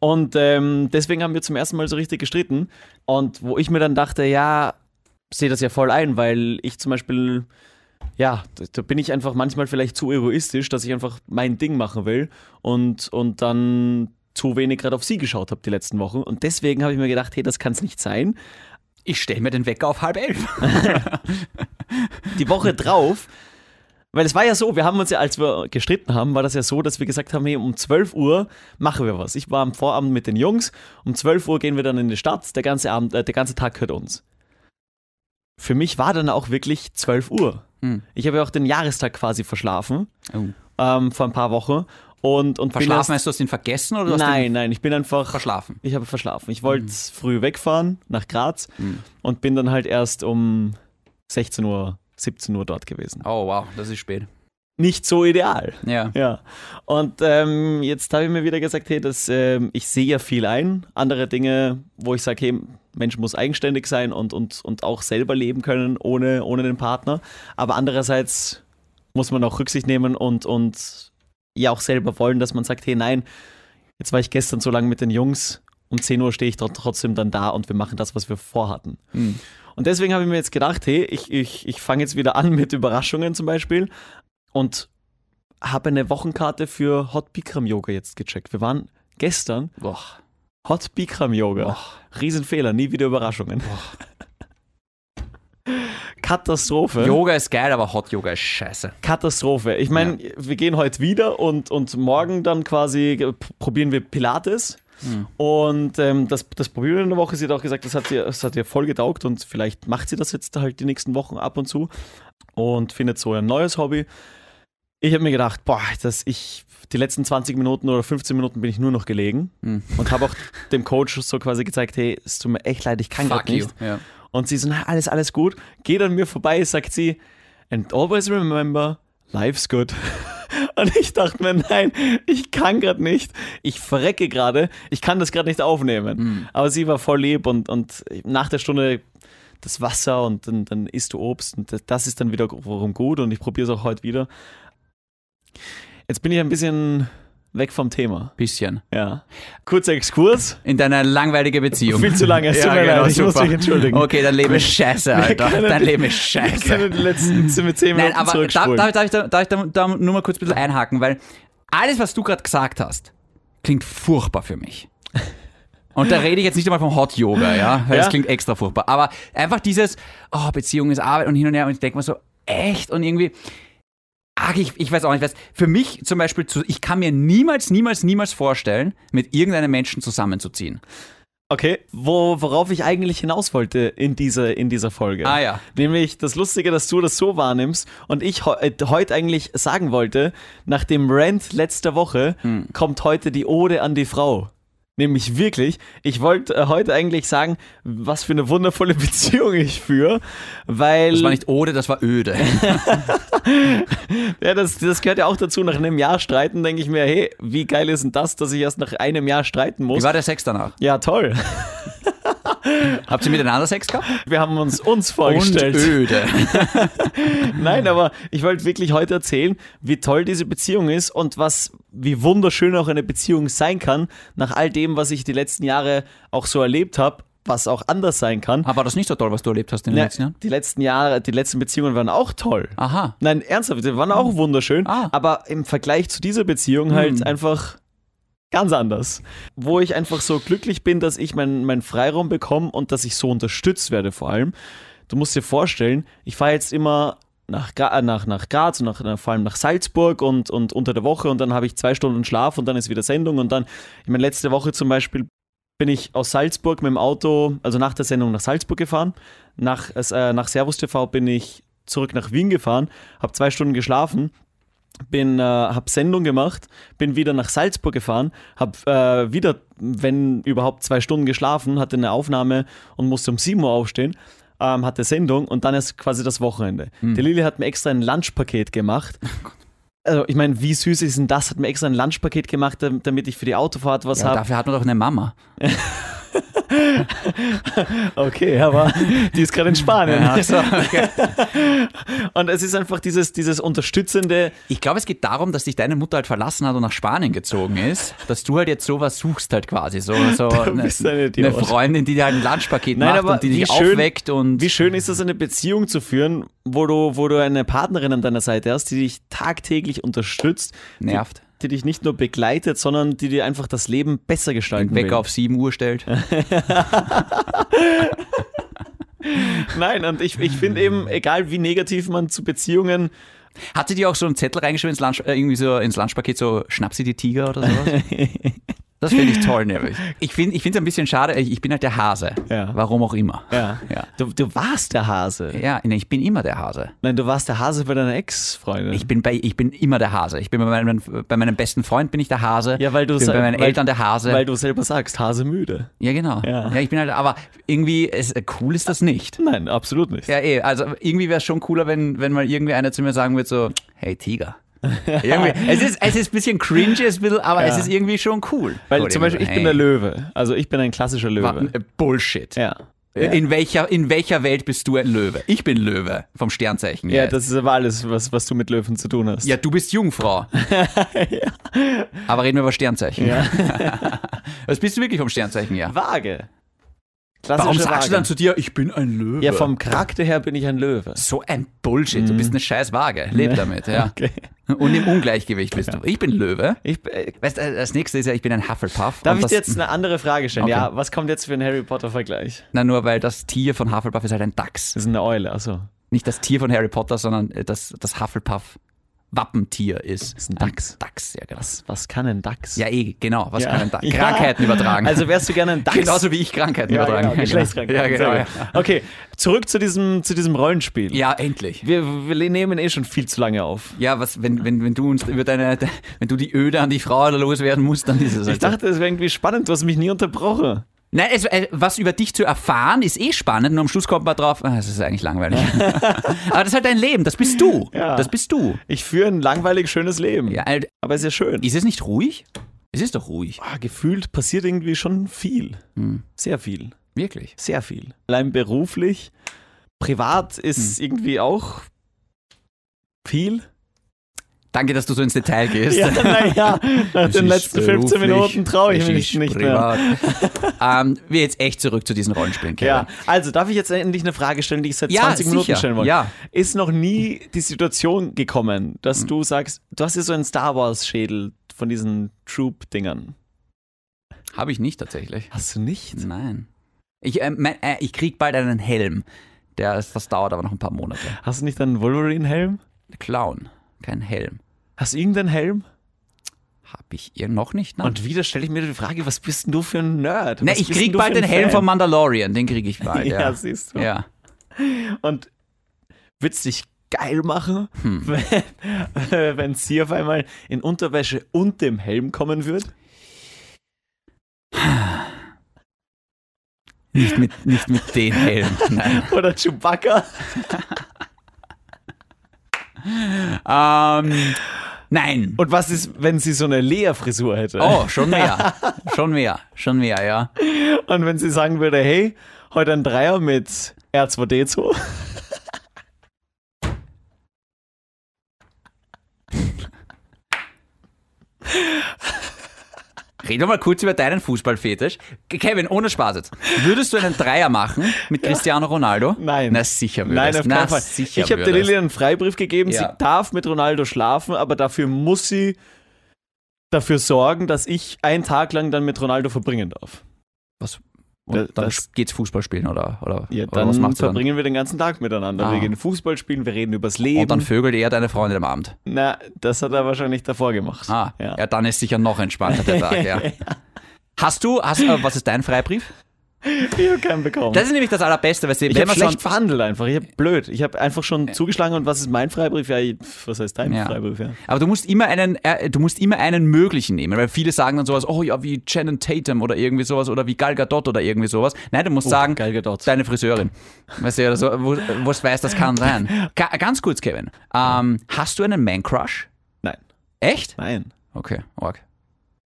A: Und ähm, deswegen haben wir zum ersten Mal so richtig gestritten. Und wo ich mir dann dachte, ja, sehe das ja voll ein, weil ich zum Beispiel, ja, da, da bin ich einfach manchmal vielleicht zu egoistisch, dass ich einfach mein Ding machen will und, und dann zu wenig gerade auf sie geschaut habe die letzten Wochen. Und deswegen habe ich mir gedacht, hey, das kann es nicht sein.
B: Ich stelle mir den Wecker auf halb elf.
A: [laughs] Die
B: [laughs]
A: Woche drauf, weil es war ja so, wir haben uns ja, als wir gestritten haben, war das ja so, dass wir gesagt haben, hey, um 12 Uhr machen wir was. Ich war am Vorabend mit den Jungs, um 12 Uhr gehen wir dann in die Stadt, der ganze Abend, äh, der ganze Tag gehört uns. Für mich war dann auch wirklich 12 Uhr.
B: Hm.
A: Ich habe ja auch den Jahrestag quasi verschlafen,
B: Oh.
A: ähm, vor ein paar Wochen. Und, und bin
B: Verschlafen
A: erst-
B: heißt, du hast ihn vergessen oder du hast Hm. ihn
A: Nein, nein, ich bin einfach.
B: verschlafen?
A: Ich habe verschlafen. Ich wollte früh wegfahren nach Graz und bin dann halt erst um 16 Uhr, 17 Uhr dort gewesen.
B: Oh wow, das ist spät.
A: Nicht so ideal.
B: Ja.
A: Ja. Und ähm, jetzt habe ich mir wieder gesagt, hey, das, ähm, ich sehe ja viel ein. Andere Dinge, wo ich sage, hey, Mensch muss eigenständig sein und, und, und auch selber leben können ohne, ohne den Partner. Aber andererseits muss man auch Rücksicht nehmen und, und ja auch selber wollen, dass man sagt, hey, nein, jetzt war ich gestern so lange mit den Jungs, um 10 Uhr stehe ich tr- trotzdem dann da und wir machen das, was wir vorhatten. Und deswegen habe ich mir jetzt gedacht, hey, ich, ich, ich fange jetzt wieder an mit Überraschungen zum Beispiel und habe eine Wochenkarte für Hot Bikram Yoga jetzt gecheckt. Wir waren gestern
B: Boah.
A: Hot Bikram Yoga.
B: Boah.
A: Riesenfehler, nie wieder Überraschungen. [laughs] Katastrophe.
B: Yoga ist geil, aber Hot Yoga ist scheiße.
A: Katastrophe. Ich meine, wir gehen heute wieder und, und morgen dann quasi äh, p- probieren wir Pilates. Und ähm, das, das probieren wir in der Woche. Sie hat auch gesagt, das hat, ihr, das hat ihr voll getaugt und vielleicht macht sie das jetzt halt die nächsten Wochen ab und zu und findet so ein neues Hobby. Ich habe mir gedacht, boah, dass ich die letzten 20 Minuten oder 15 Minuten bin ich nur noch gelegen und habe auch dem Coach so quasi gezeigt, hey, es tut mir echt leid, ich kann gerade nicht.
B: Ja.
A: Und sie so, na, alles, alles gut. Geht an mir vorbei, sagt sie, and always remember, life's good. [laughs] Und ich dachte mir, nein, ich kann gerade nicht. Ich verrecke gerade. Ich kann das gerade nicht aufnehmen.
B: Hm.
A: Aber sie war voll lieb und, und nach der Stunde das Wasser und dann, dann isst du Obst und das, das ist dann wieder warum gut und ich probiere es auch heute wieder. Jetzt bin ich ein bisschen weg vom Thema.
B: Bisschen.
A: Ja. Kurzer
B: [laughs]
A: Exkurs.
B: In deiner langweiligen Beziehung. genau,
A: Viel zu
B: [laughs]
A: lange. Es tut mir leid. Ich muss mich entschuldigen.
B: Okay, dein Leben ist scheiße, Alter.
A: können-
B: Dein Leben ist
A: Ich kann
B: scheiße.
A: die letzten 10 Minuten
B: Nein, aber darf,
A: zurückspulen.
B: darf, darf, ich da, darf ich da, da nur mal kurz ein bisschen einhaken, weil alles, was du gerade gesagt hast, klingt furchtbar für mich. Und da rede ich jetzt nicht einmal vom Hot Yoga, ja? Weil
A: Ja.
B: Das klingt extra furchtbar. Aber einfach dieses, oh, Beziehung ist Arbeit und hin und her. Und ich denke mir so, echt? Und irgendwie, ach, ich, ich weiß auch nicht, was. Für mich zum Beispiel, zu, ich kann mir niemals, niemals, niemals vorstellen, mit irgendeinem Menschen zusammenzuziehen.
A: Okay, wo, worauf ich eigentlich hinaus wollte in dieser, in dieser Folge.
B: Ah, ja.
A: Nämlich das Lustige, dass du das so wahrnimmst und ich heu- äh, heute eigentlich sagen wollte, nach dem Rant letzter Woche
B: Hm.
A: kommt heute die Ode an die Frau. Nämlich wirklich, ich wollte äh, heute eigentlich sagen, was für eine wundervolle [laughs] Beziehung ich führe, weil...
B: Das war nicht Ode, das war Öde.
A: Ja, das, das gehört ja auch dazu. Nach einem Jahr streiten denke ich mir, hey, wie geil ist denn das, dass ich erst nach einem Jahr streiten
B: Wie
A: muss?
B: war der Sex danach?
A: Ja, toll. [laughs]
B: Habt ihr miteinander Sex gehabt?
A: Wir haben uns uns
B: Und
A: vorgestellt.
B: öde.
A: Nein, aber ich wollte wirklich heute erzählen, wie toll diese Beziehung ist und was, wie wunderschön auch eine Beziehung sein kann, nach all dem, was ich die letzten Jahre auch so erlebt habe, was auch anders sein kann.
B: Aber war das nicht so toll, was du ne? erlebt hast in den
A: Na,
B: letzten Jahren?
A: die letzten Jahre, die letzten Beziehungen waren auch toll.
B: Aha.
A: Nein, ernsthaft, die waren auch wunderschön,
B: Ah. Hm.
A: aber im Vergleich zu dieser Beziehung halt einfach ganz anders. Wo ich einfach so glücklich bin, dass ich meinen meinen Freiraum bekomme und dass ich so unterstützt werde vor allem. Du musst dir vorstellen, ich fahre jetzt immer nach, Gra- äh, nach, nach Graz und nach, nach, vor allem nach Salzburg und, und unter der Woche und dann habe ich zwei Stunden Schlaf und dann ist wieder Sendung und dann, ich meine, letzte Woche zum Beispiel bin ich aus Salzburg mit dem Auto, also nach der Sendung nach Salzburg gefahren. Nach, äh, nach Servus TV bin ich zurück nach Wien gefahren, habe zwei Stunden geschlafen, bin, äh, habe Sendung gemacht, bin wieder nach Salzburg gefahren, habe äh, wieder, wenn überhaupt, zwei Stunden geschlafen, hatte eine Aufnahme und musste um 7 Uhr aufstehen. Ähm, hatte Sendung und dann ist quasi das Wochenende. Die Lilly hat mir extra ein Lunchpaket gemacht. Also, ich meine, wie süß ist denn das? Hat mir extra ein Lunchpaket gemacht, dam- damit ich für die Autofahrt was
B: Ja,
A: habe.
B: dafür hat man doch eine Mama.
A: Okay, aber [laughs] die ist gerade in Spanien.
B: okay.
A: Und es ist einfach dieses, dieses unterstützende,
B: [laughs] Ich glaube, es geht darum, dass dich deine Mutter halt verlassen hat und nach Spanien gezogen ist, dass du halt jetzt sowas suchst halt quasi. So,
A: [laughs]
B: so eine,
A: bist ein Idiot.
B: eine Freundin, die dir halt ein Lunchpaket
A: Nein,
B: macht
A: aber
B: und die
A: wie
B: dich
A: schön-
B: aufweckt und
A: wie schön ist es, eine Beziehung zu führen, wo du, wo du eine Partnerin an deiner Seite hast, die dich tagtäglich unterstützt,
B: nervt.
A: die dich nicht nur begleitet, sondern die dir einfach das Leben besser gestalten will.
B: Wecker auf 7 Uhr stellt.
A: Nein, und ich, ich finde eben, egal wie negativ man zu Beziehungen,
B: Hat sie dir auch so einen Zettel reingeschrieben ins, Lunch, äh, irgendwie so ins Lunchpaket, so schnapp sie die Tiger
A: [laughs]
B: oder sowas? Das finde ich toll, nämlich. Ich finde es ein bisschen schade, ich ich bin halt der Hase.
A: Ja.
B: Warum auch immer.
A: ja,
B: Ja.
A: Du, du warst der Hase.
B: Ja, nee, ich bin immer der Hase.
A: Nein, du warst der Hase bei deiner Ex-Freundin.
B: Ich bin, bei, ich bin immer der Hase. Ich bin bei meinem, bei meinem besten Freund bin ich der Hase.
A: Ja, weil du
B: bin
A: sa-
B: bei meinen
A: weil-
B: Eltern der Hase.
A: Weil du selber sagst, Hase müde.
B: ja, genau.
A: Ja.
B: ich bin halt, aber irgendwie, ist, cool ist das nicht.
A: Nein, absolut nicht.
B: Ja, eh, also irgendwie wäre es schon cooler, wenn, wenn mal irgendwie einer zu mir sagen würde so,
A: [laughs]
B: hey Tiger. Irgendwie, es ist es ist ein bisschen cringe, es ist ein bisschen, aber es ist irgendwie schon cool.
A: Weil
B: Oder
A: zum Beispiel, ich
B: irgendwie
A: bin
B: so,
A: der Löwe. Also ich bin ein klassischer
B: hey,
A: Löwe.
B: wa- äh, Bullshit.
A: Ja.
B: In, welcher, in welcher Welt bist du ein Löwe? Ich bin Löwe vom Sternzeichen.
A: Ja,
B: her.
A: das ist aber alles, was, was du mit Löwen zu tun hast.
B: ja du bist Jungfrau. Aber reden wir über Sternzeichen.
A: Ja.
B: Das bist du wirklich vom Sternzeichen,
A: [laughs]
B: ja.
A: Waage. Klassische
B: Warum sagst
A: Waage.
B: du dann zu dir, ich bin ein Löwe?
A: ja, vom Charakter her bin ich ein Löwe.
B: so ein Bullshit. Du bist eine scheiß Waage. Leb damit, ja. Und im Ungleichgewicht bist du. Ich bin Löwe.
A: Ich, äh,
B: Weißt du, das nächste ist ja, ich bin ein Hufflepuff.
A: darf
B: Und
A: ich
B: das,
A: dir jetzt eine andere Frage stellen?
B: Okay.
A: Ja, was kommt jetzt für einen Harry Potter Vergleich?
B: Na, nur weil das Tier von Hufflepuff ist halt ein Dachs.
A: Das ist eine Eule, achso.
B: nicht das Tier von Harry Potter, sondern äh, das, das Hufflepuff-Wappentier ist.
A: Ist ein Dachs.
B: Dachs, ja, genau.
A: Was, was kann ein Dachs?
B: Ja, eh, genau. Was
A: Ja.
B: kann ein Dachs?
A: Ja.
B: Krankheiten übertragen.
A: Also wärst du gerne ein Dachs?
B: [laughs] Genauso wie ich Krankheiten
A: ja,
B: übertragen.
A: genau, Geschlechtskrankheit.
B: Ja, genau.
A: Sehr gut. Okay, zurück zu diesem, zu diesem Rollenspiel.
B: Ja, endlich.
A: Wir, wir nehmen eh schon viel zu lange auf.
B: Ja, was, wenn, wenn, wenn du uns über deine, wenn du die Öde an die Frau loswerden musst, dann ist es halt
A: Ich dachte, es wäre irgendwie spannend, du hast mich nie unterbrochen.
B: Nein, es, äh, was über dich zu erfahren, ist eh spannend. Und am Schluss kommt man drauf, ah, das ist
A: [laughs]
B: eigentlich langweilig. Aber das ist halt dein Leben, das bist du.
A: Ja.
B: Das bist du.
A: Ich führe ein langweilig schönes Leben.
B: Ja, halt,
A: Aber es ist ja schön.
B: ist es nicht ruhig? Es ist doch ruhig.
A: Ah, gefühlt passiert irgendwie schon viel. Sehr viel.
B: Wirklich.
A: Sehr viel. Allein beruflich. Privat ist irgendwie auch viel.
B: Danke, dass du so ins Detail gehst.
A: [laughs]
B: [laughs]
A: Ja, naja, nach
B: Es
A: den
B: ist
A: letzten 15
B: beruflich,
A: Minuten traue ich
B: es
A: mich
B: ist
A: nicht mehr.
B: privat. [laughs] ähm, wir jetzt echt zurück zu diesen Rollenspielen,
A: Ja,
B: Kevin.
A: also darf ich jetzt endlich eine Frage stellen, die ich seit
B: Ja,
A: 20 Minuten
B: sicher.
A: stellen wollte?
B: Ja.
A: Ist noch nie die Situation gekommen, dass du sagst, du hast ja so einen Star Wars-Schädel von diesen Troop-Dingern.
B: Habe ich nicht tatsächlich.
A: Hast du nicht?
B: Nein. Ich, ähm, mein, äh, ich krieg bald einen Helm. Der, ist- das dauert aber noch ein paar Monate.
A: Hast du nicht einen Wolverine-Helm?
B: Clown, kein Helm.
A: Hast du irgendeinen Helm?
B: Hab ich ihr noch nicht. Nein.
A: Und wieder stelle ich mir die Frage, was bist denn du für ein Nerd?
B: Ne,
A: Was
B: ich
A: bist denn
B: krieg
A: du
B: bald
A: für
B: den
A: ein
B: Helm
A: Fan?
B: von Mandalorian, den krieg ich
A: [laughs]
B: bald.
A: Ja,
B: Ja,
A: siehst du.
B: ja.
A: Und wird's dich geil machen,
B: Hm.
A: [laughs] wenn, wenn sie auf einmal in Unterwäsche und dem Helm kommen wird?
B: Nicht, mit, nicht mit
A: [laughs]
B: dem Helm. Nein.
A: Oder Chewbacca?
B: Ähm, nein.
A: Und was ist, wenn sie so eine Lea-Frisur hätte?
B: Oh,
A: [laughs]
B: schon mehr. Schon mehr. Schon mehr, ja.
A: Und wenn sie sagen würde, hey, heute ein Dreier mit R2D2?
B: Reden wir mal kurz über deinen Fußballfetisch. Kevin, ohne Spaß jetzt. Würdest du einen Dreier machen mit Cristiano Ronaldo?
A: Nein.
B: Na sicher würdest.
A: Nein, auf
B: Na,
A: keinen Fall.
B: Sicher
A: ich habe der
B: würdest.
A: Lilly einen Freibrief gegeben,
B: Ja.
A: sie darf mit Ronaldo schlafen, aber dafür muss sie dafür sorgen, dass ich einen Tag lang dann mit Ronaldo verbringen darf.
B: Was? Und
A: Da-
B: dann
A: das-
B: geht's Fußball spielen oder, oder,
A: Ja,
B: oder
A: dann
B: was macht sie dann?
A: verbringen wir den ganzen Tag miteinander.
B: Ah.
A: Wir gehen Fußball spielen, wir reden übers
B: Und dann
A: Leben.
B: vögelt er deine Freundin am Abend.
A: Na, das hat er wahrscheinlich davor gemacht.
B: Ah, ja.
A: ja.
B: dann ist sicher noch entspannter der Tag, ja. Hast du, hast, äh, was ist dein Freibrief?
A: [laughs] Ich habe keinen bekommen.
B: Das ist nämlich das Allerbeste, weißt du,
A: ich
B: wenn
A: habe
B: man so ein,
A: schlecht verhandelt einfach. Ich habe blöd. Ich habe einfach schon zugeschlagen und was ist mein Freibrief? Ja, ich- pf, was heißt dein
B: Ja.
A: Freibrief? Ja.
B: aber du musst immer einen, äh, du musst immer einen möglichen nehmen, weil viele sagen dann sowas, oh ja, wie Shannon Tatum oder irgendwie sowas oder wie Gal Gadot oder irgendwie sowas. Nein, du musst sagen,
A: Oh, Gal Gadot.
B: deine Friseurin. Weißt du, oder so, wo, wo du weißt, das kann sein. Ga, ganz kurz, Kevin, ähm, hast du einen Man-Crush?
A: Nein,
B: Echt?
A: nein.
B: Okay, org.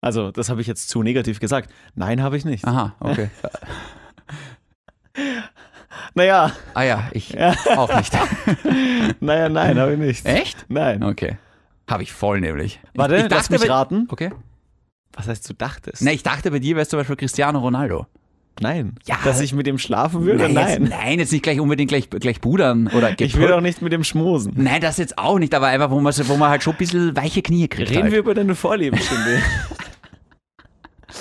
A: Also, das habe ich jetzt zu negativ gesagt. Nein, habe ich nicht.
B: Aha, okay.
A: Naja,
B: Ah ja, ich auch nicht. [laughs]
A: naja, nein, habe ich nicht.
B: Echt?
A: Nein.
B: Okay. Habe ich voll nämlich.
A: Warte, lass mich
B: bei-
A: raten.
B: Okay.
A: Was heißt, du dachtest?
B: Na, ich dachte, bei dir wärst zum Beispiel Cristiano Ronaldo.
A: Nein.
B: Ja.
A: Dass ich mit ihm schlafen würde? Nein.
B: Jetzt, ne. nein, jetzt nicht gleich unbedingt gleich, gleich Budern oder
A: Ich will
B: gepro-
A: auch nicht mit ihm schmusen.
B: Nein, das jetzt auch nicht, aber einfach, wo man, so- wo man halt schon ein bisschen weiche Knie kriegt.
A: Reden
B: halt.
A: wir über deine Vorlieben, Shindy.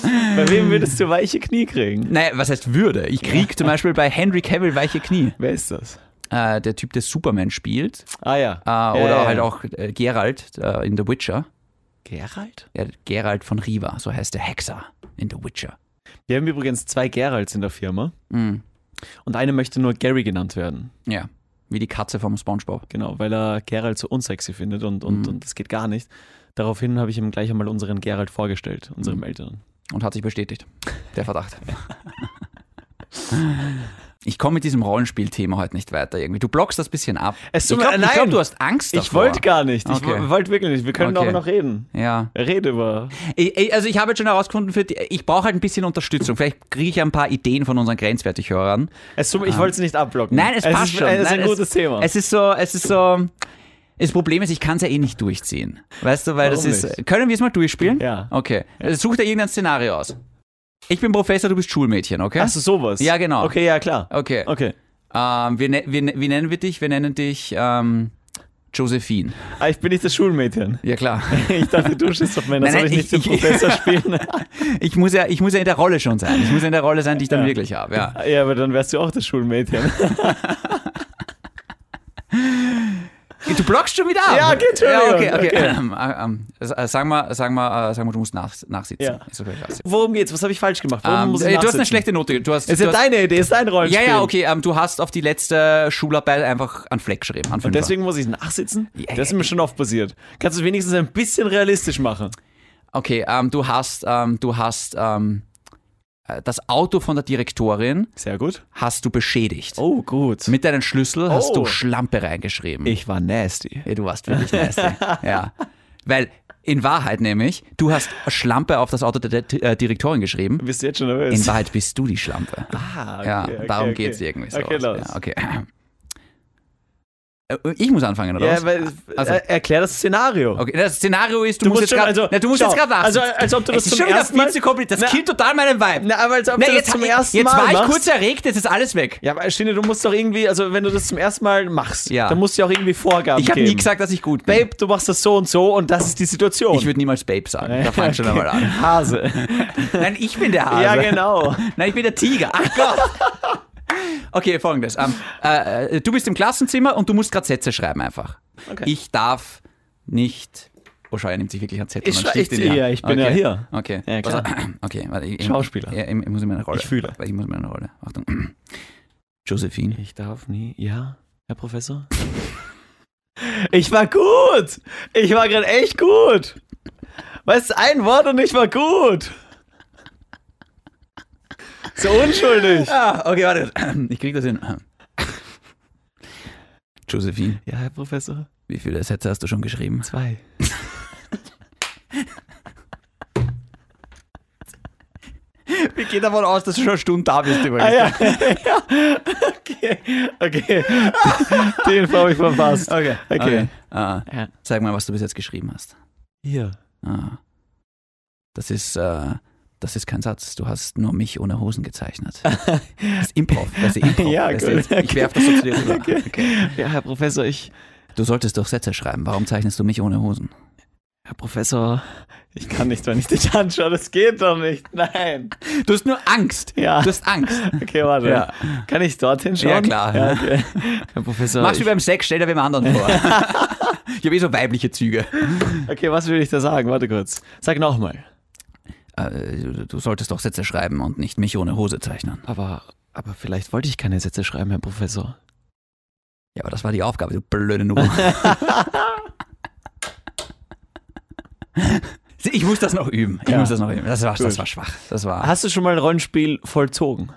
B: [laughs]
A: Bei wem würdest du weiche Knie kriegen?
B: Naja, was heißt würde? Ich krieg zum Beispiel bei Henry Cavill weiche Knie.
A: Wer ist das?
B: Äh, der Typ, der Superman spielt.
A: Ah ja.
B: Äh,
A: ja,
B: oder
A: ja,
B: halt
A: ja.
B: auch äh, Geralt äh, in The Witcher.
A: Gerald?
B: Ja, Geralt von Riva, so heißt der Hexer in The Witcher.
A: Wir haben übrigens zwei Geralds in der Firma.
B: Mhm.
A: Und eine möchte nur Gary genannt werden.
B: Ja, wie die Katze vom Spongebob.
A: Genau, weil er Gerald so unsexy findet und, und,
B: Mhm.
A: und das geht gar nicht. Daraufhin habe ich ihm gleich einmal unseren Gerald vorgestellt, unserem
B: Mhm.
A: Eltern.
B: Und hat sich bestätigt. Der Verdacht. Ich komme mit diesem Rollenspielthema heute nicht weiter irgendwie. Du blockst das bisschen ab.
A: Es tut
B: ich
A: mir-
B: glaube,
A: nein.
B: glaub, du hast Angst davor.
A: Ich wollte gar nicht. Ich
B: Okay.
A: wo- wollte wirklich nicht. Wir können
B: Okay.
A: auch noch reden.
B: Ja.
A: Rede über.
B: Ich- ich- Also ich habe jetzt schon herausgefunden, für die, ich brauche halt ein bisschen Unterstützung. Vielleicht kriege ich ja ein paar Ideen von unseren Grenzwertig-Hörern.
A: Es tut, mir- ich wollte es nicht abblocken.
B: Ah. Nein, es,
A: ist,
B: passt schon.
A: Es ist
B: Nein,
A: ein gutes Thema.
B: Es ist so, es ist so. Das Problem ist, ich kann es ja eh nicht durchziehen. Weißt du, weil das
A: Warum
B: ist.
A: nicht?
B: Können wir es mal durchspielen?
A: Ja.
B: Okay. Such dir irgendein Szenario aus. Ich bin Professor, du bist Schulmädchen, okay?
A: Hast du sowas?
B: Ja, genau.
A: Okay, ja, klar.
B: Okay.
A: Okay.
B: Ähm, wir, ne- wir, ne- wie nennen wir dich? Wir nennen dich ähm, Josephine.
A: Ah, ich bin nicht das
B: [laughs]
A: Schulmädchen.
B: Ja klar.
A: Ich dachte, du stehst auf Männer.
B: Nein,
A: Soll
B: nein,
A: ich nicht den
B: ich- ich- [laughs]
A: Professor spielen?
B: Ich muss ja, ich muss ja in der Rolle schon sein. Ich muss ja in der
A: [laughs]
B: Rolle sein, die ich dann wirklich habe. Ja. [laughs]
A: ja, aber dann wärst du auch das Schulmädchen.
B: Du blockst schon wieder ab.
A: Ja, geht schon
B: Ja,
A: wieder.
B: okay, okay.
A: Okay.
B: Ähm, ähm, äh, sag, mal, sag, mal, äh, sag mal, du musst nach, nachsitzen.
A: Ja.
B: Ist okay, krass.
A: Worum geht's? Was habe ich falsch gemacht? Warum
B: Ähm,
A: muss ich
B: äh, du hast
A: nachsitzen?
B: eine schlechte Note. Du hast,
A: Ist
B: du
A: ja
B: hast,
A: deine Idee, ist dein
B: ja,
A: Rollenspiel.
B: ja, okay. Ähm, du hast auf die letzte Schularbeit einfach einen Fleck geschrieben. An
A: Und deswegen muss ich nachsitzen?
B: Ja,
A: das ist
B: ja,
A: mir schon oft passiert. Kannst du wenigstens ein bisschen realistisch machen?
B: Okay, ähm, du hast, ähm, du hast ähm, äh, das Auto von der Direktorin
A: Sehr gut.
B: hast du beschädigt.
A: Oh, gut.
B: Mit deinen Schlüssel hast
A: Oh.
B: du Schlampe reingeschrieben.
A: ich war nasty.
B: Ja, du warst wirklich nasty.
A: [laughs]
B: ja. Weil in Wahrheit nämlich, du hast Schlampe auf das Auto der Di- äh, Direktorin geschrieben.
A: Bist du jetzt schon
B: In
A: nervös?
B: Wahrheit bist du die Schlampe.
A: Ah, okay,
B: ja,
A: okay,
B: darum
A: okay.
B: geht's irgendwie so.
A: Okay, los.
B: Ja, okay. Äh, Ich muss anfangen, oder
A: Ja,
B: was?
A: weil,
B: Also-
A: äh, erklär das Szenario.
B: Okay, das Szenario ist, du, musst jetzt
A: schon-
B: grad-
A: also,
B: Na, du musst
A: schau,
B: jetzt gerade
A: Also,
B: nachsitzen.
A: als ob du
B: es
A: das
B: ist
A: zum
B: schon wieder
A: ersten
B: viel
A: Mal...
B: zu kompliziert. Das
A: Na-
B: killt total meinen Vibe.
A: Na, aber als ob
B: Na,
A: du
B: jetzt,
A: das zum ersten
B: jetzt
A: Mal
B: war ich
A: machst.
B: kurz erregt, jetzt ist alles weg.
A: Ja, aber Stine, du musst doch irgendwie, also wenn du das zum ersten Mal machst,
B: Ja.
A: dann musst du ja auch irgendwie Vorgaben
B: Ich habe
A: geben.
B: nie gesagt, dass ich gut bin.
A: Babe, du machst das so und so und das ist die Situation.
B: Ich würde niemals
A: [laughs]
B: Babe sagen. Da fang ich schon einmal an.
A: Hase.
B: Nein, ich bin der [laughs] Hase.
A: Ja, genau.
B: Nein, ich bin der Tiger. Ach Gott. Okay, folgendes. Ähm, äh, äh, du bist im Klassenzimmer und du musst gerade Sätze schreiben einfach.
A: Okay.
B: Ich darf nicht. Oh, schau, er nimmt sich wirklich einen Zettel
A: Ich
B: und
A: schrei-
B: einen Stift
A: ich-
B: in die Hand.
A: ja, ich bin
B: okay.
A: ja hier.
B: Okay.
A: Ja, klar.
B: Was- [clears throat] okay, warte. Ich,
A: Schauspieler.
B: Ich, ich, ich muss in meine Rolle.
A: Ich fühle.
B: Ich muss in meine Rolle. Achtung. [clears throat] Josephine.
A: Ich darf nie. Ja, Herr Professor? [laughs] Ich war gut. Ich war gerade echt gut. Weißt du, ein Wort und ich war gut. So unschuldig.
B: Ah, okay, warte. [clears throat] Ich krieg das hin. Josephine,
A: Ja, Herr Professor.
B: wie viele Sätze hast du schon geschrieben?
A: Zwei.
B: Ich gehe davon aus, dass du schon eine Stunde da bist übrigens.
A: Ah ja. [laughs] ja. Okay. Okay. [laughs] Den habe ich verpasst.
B: Okay.
A: Okay.
B: Ah,
A: Ja.
B: zeig mal, was du bis jetzt geschrieben hast.
A: Hier.
B: Ah. Das ist, äh, das ist kein Satz. Du hast nur mich ohne Hosen
A: [laughs]
B: gezeichnet. Das ist Improv. Das ist Improv.
A: Ja,
B: das
A: gut.
B: ist, ich werf das so zu dir rüber.
A: Ja, Herr Professor, ich.
B: Du solltest doch Sätze schreiben. Warum zeichnest du mich ohne Hosen?
A: Herr Professor, ich kann nicht, wenn ich dich anschaue. Das geht doch nicht. Nein.
B: Du hast nur Angst.
A: Ja.
B: Du hast Angst.
A: Okay, warte.
B: Ja.
A: Kann ich dorthin schauen?
B: Ja, klar.
A: okay. [laughs] Herr Professor.
B: Machst du
A: ich,
B: beim Sex, stell dir wem anderen
A: [laughs]
B: vor. ich habe eh so weibliche Züge.
A: okay, was würde ich da sagen? Warte kurz. Sag nochmal.
B: Äh, du du solltest doch Sätze schreiben und nicht mich ohne Hose zeichnen.
A: Aber, aber vielleicht wollte ich keine Sätze schreiben, Herr Professor.
B: Ja, aber das war die Aufgabe, du blöde Nummer. [laughs] ich muss das noch üben. Ich
A: Ja.
B: muss das noch üben. Das war, das
A: Gut.
B: war schwach. Das war
A: Hast du schon mal ein Rollenspiel [laughs] vollzogen?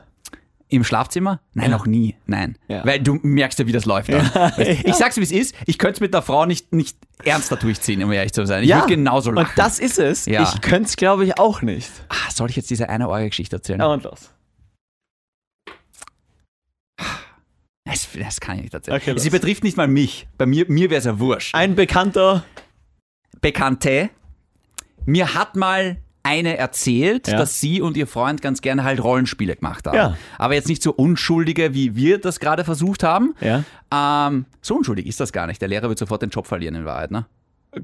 B: im Schlafzimmer? Nein, noch nie. Nein.
A: Ja.
B: Weil du merkst ja, wie das läuft. dann. Weißt, Ich sag's, wie es ist. Ich könnte es mit einer Frau nicht, nicht ernster durchziehen, um ehrlich zu sein. Ich würde genauso lachen.
A: Und das ist es.
B: Ja.
A: Ich könnte es, glaube ich, auch nicht.
B: ah, soll ich jetzt diese eine Orgel-Geschichte erzählen?
A: Ja, und los.
B: Das, das kann ich nicht erzählen.
A: Okay, los.
B: Sie betrifft nicht mal mich. Bei mir, mir wäre es ja wurscht.
A: Ein Bekannter.
B: Bekannte, mir hat mal eine erzählt,
A: Ja.
B: dass sie und ihr Freund ganz gerne halt Rollenspiele gemacht haben.
A: Ja.
B: Aber jetzt nicht so unschuldige, wie wir das gerade versucht haben.
A: Ja.
B: Ähm, so unschuldig ist das gar nicht. Der Lehrer wird sofort den Job verlieren in Wahrheit, ne?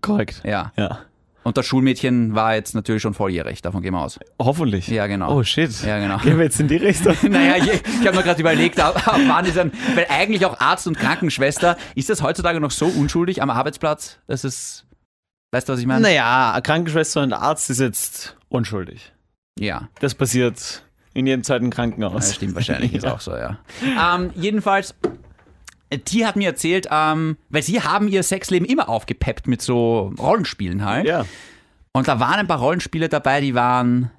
A: Korrekt.
B: Ja.
A: Ja.
B: Und das Schulmädchen war jetzt natürlich schon volljährig, davon gehen
A: [laughs]
B: wir aus.
A: Hoffentlich.
B: Ja, genau.
A: Oh, shit.
B: Ja, genau. [laughs]
A: Gehen wir jetzt in die [laughs] Richtung?
B: Naja, ich, ich habe mir gerade überlegt, ab, ab wann ist ein, weil eigentlich auch Arzt und Krankenschwester, ist das heutzutage noch so unschuldig am Arbeitsplatz? Das ist, weißt du, was ich meine?
A: Naja, Krankenschwester und Arzt ist jetzt unschuldig.
B: Ja.
A: Das passiert in jedem zweiten Krankenhaus.
B: Das Also
A: [laughs]
B: stimmt wahrscheinlich, ist
A: Ja.
B: auch so, ja. Ähm, jedenfalls, die hat mir erzählt, ähm, weil sie haben ihr Sexleben immer aufgepeppt mit so Rollenspielen halt.
A: Ja.
B: Und da waren ein paar Rollenspiele dabei, die waren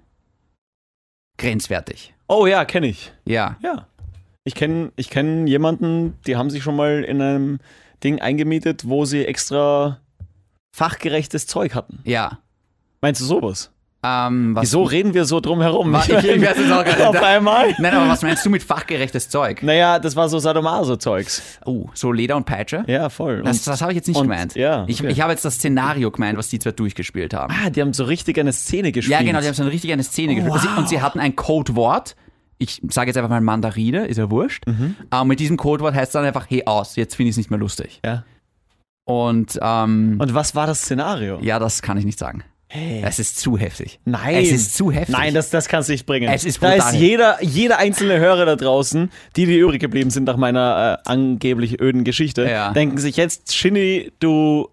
B: grenzwertig.
A: Oh ja, kenne ich.
B: Ja.
A: Ja. Ich kenne ich kenn jemanden, die haben sich schon mal in einem Ding eingemietet, wo sie extra fachgerechtes Zeug hatten.
B: Ja.
A: Meinst du sowas?
B: Ähm, was,
A: Wieso reden wir so drum herum?
B: Wa- ich- [laughs] ich weiß es auch gar nicht.
A: Auf einmal?
B: Nein, aber was meinst du mit fachgerechtes Zeug?
A: Naja, das war so Sadomaso-Zeugs.
B: Oh, so Leder und Peitsche?
A: Ja, voll. Und,
B: Das, das habe ich jetzt nicht
A: und-
B: gemeint.
A: ja,
B: ich
A: okay.
B: ich habe jetzt das Szenario gemeint, was die zwei durchgespielt haben.
A: ah, die haben so richtig eine Szene gespielt.
B: Ja, genau, die haben so eine richtig eine Szene gespielt. Und sie- Und sie hatten ein Codewort. Ich sage jetzt einfach mal Mandarine, ist ja wurscht.
A: Mhm.
B: Aber mit diesem Codewort heißt es dann einfach, hey aus, jetzt finde ich es nicht mehr lustig.
A: Ja.
B: Und ähm,
A: Und was war das Szenario?
B: ja, das kann ich nicht sagen.
A: Hey.
B: Es ist zu heftig.
A: Nein.
B: Es ist zu heftig.
A: Nein, das, das kannst du nicht bringen.
B: Es ist
A: da ist
B: brutal.
A: jeder, jeder einzelne Hörer da draußen, die, die übrig geblieben sind nach meiner äh, angeblich öden Geschichte,
B: Ja.
A: denken sich jetzt, Shinny, du.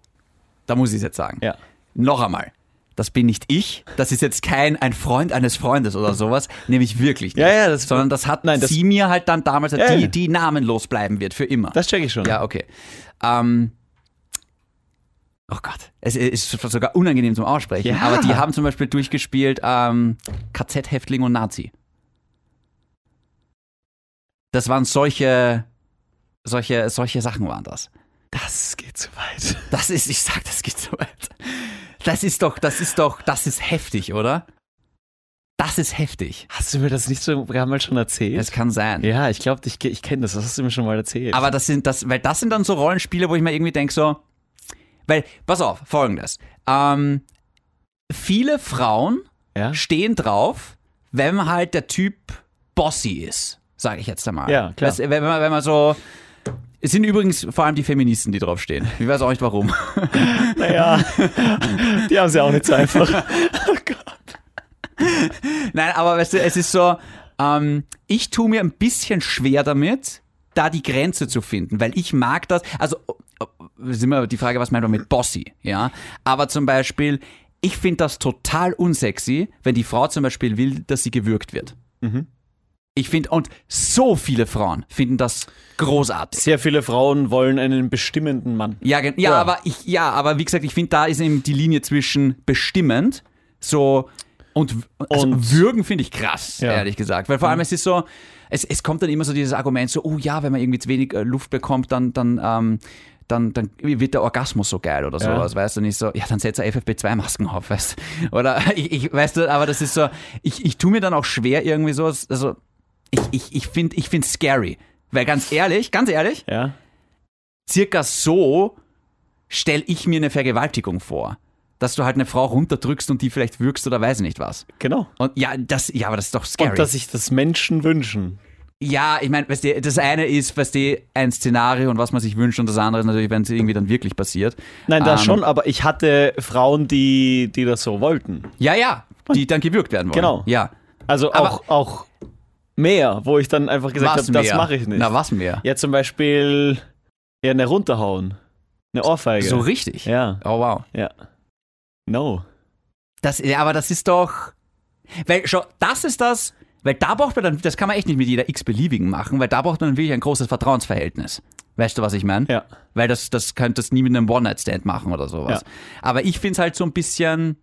B: da muss ich es jetzt sagen.
A: Ja.
B: Noch einmal. Das bin nicht ich. Das ist jetzt kein ein Freund eines Freundes oder sowas. Nämlich wirklich nicht.
A: Ja, ja, das-
B: Sondern das hat
A: Nein, das-
B: sie mir halt dann damals,
A: Ja,
B: die,
A: ja.
B: die namenlos bleiben wird für immer.
A: Das check ich schon.
B: Ja, okay. Ähm, oh Gott, es ist sogar unangenehm zum Aussprechen.
A: Ja.
B: Aber die haben zum Beispiel durchgespielt ähm, KZ-Häftling und Nazi. Das waren solche, solche, solche Sachen waren das.
A: Das geht zu weit.
B: Das ist, ich sag, das geht so weit. Das ist doch, das ist doch, das ist heftig, oder? Das ist heftig.
A: Hast du mir das nicht so gerade mal schon erzählt?
B: Es kann sein.
A: ja, ich glaube, ich, ich kenne das. Das hast du mir schon mal erzählt.
B: Aber das sind das, weil das sind dann so Rollenspiele, wo ich mir irgendwie denke so, weil, pass auf, folgendes. Ähm, viele Frauen
A: ja?
B: stehen drauf, wenn halt der Typ bossy ist, sage ich jetzt einmal.
A: Ja, klar.
B: Das, wenn, man, wenn man so, es sind übrigens vor allem die Feministen, die draufstehen. Ich weiß auch nicht warum.
A: Naja, [laughs] die haben es ja auch nicht so einfach.
B: Nein, aber weißt du, es ist so, ähm, ich tue mir ein bisschen schwer damit, da die Grenze zu finden, weil ich mag das. Also, äh, äh, sind wir die Frage, was meint man mit Bossy, ja? Aber zum Beispiel, ich finde das total unsexy, wenn die Frau zum Beispiel will, dass sie gewürgt wird. Ich finde, und so viele Frauen finden das großartig.
A: Sehr viele Frauen wollen einen bestimmenden Mann.
B: Ja, gen- ja,
A: Ja.
B: aber ich, ja, aber wie gesagt, ich finde, da ist eben die Linie zwischen bestimmend, so und, also
A: Und-
B: würgen finde ich krass,
A: Ja. Mhm.
B: ehrlich gesagt. Weil vor allem es ist so, es, es kommt dann immer so dieses Argument, so, oh ja, wenn man irgendwie zu wenig äh, Luft bekommt, dann, dann, ähm, dann, dann wird der Orgasmus so geil oder
A: Ja.
B: sowas, weißt du? Und ich so, ja, dann setzt er FFP2-Masken auf, weißt du? Oder [laughs] ich, ich, weißt du, aber das ist so, ich, ich tue mir dann auch schwer irgendwie so, also ich, ich, ich finde ich find scary. Weil ganz ehrlich, ganz ehrlich,
A: Ja?
B: circa so stelle ich mir eine Vergewaltigung vor. Dass du halt eine Frau runterdrückst und die vielleicht würgst oder weiß nicht was.
A: Genau.
B: Und ja, das, ja, aber das ist doch scary.
A: Und dass sich das Menschen wünschen.
B: ja, ich meine, weißt du, das eine ist, weißt du, ein Szenario und was man sich wünscht und das andere ist natürlich, wenn es irgendwie dann wirklich passiert.
A: Nein, das
B: Ähm,
A: schon, aber ich hatte Frauen, die, die das so wollten.
B: Ja, ja, die dann gewürgt werden wollen.
A: Genau.
B: Ja.
A: Also
B: Aber-
A: auch, auch mehr, wo ich dann einfach gesagt
B: Was
A: habe, das
B: mehr?
A: mache ich nicht.
B: Na, was mehr?
A: ja, zum Beispiel ja, eine runterhauen. Eine Ohrfeige.
B: so richtig.
A: genau. ja,
B: Oh, wow.
A: ja. No.
B: Das, ja, aber das ist doch. Weil schau, das ist das, weil da braucht man dann, das kann man echt nicht mit jeder X-Beliebigen machen, weil da braucht man dann wirklich ein großes Vertrauensverhältnis. Weißt du, was ich meine?
A: Ja.
B: Weil das, das könnte das nie mit einem One-Night-Stand machen oder sowas.
A: Ja.
B: Aber ich finde es halt so ein bisschen.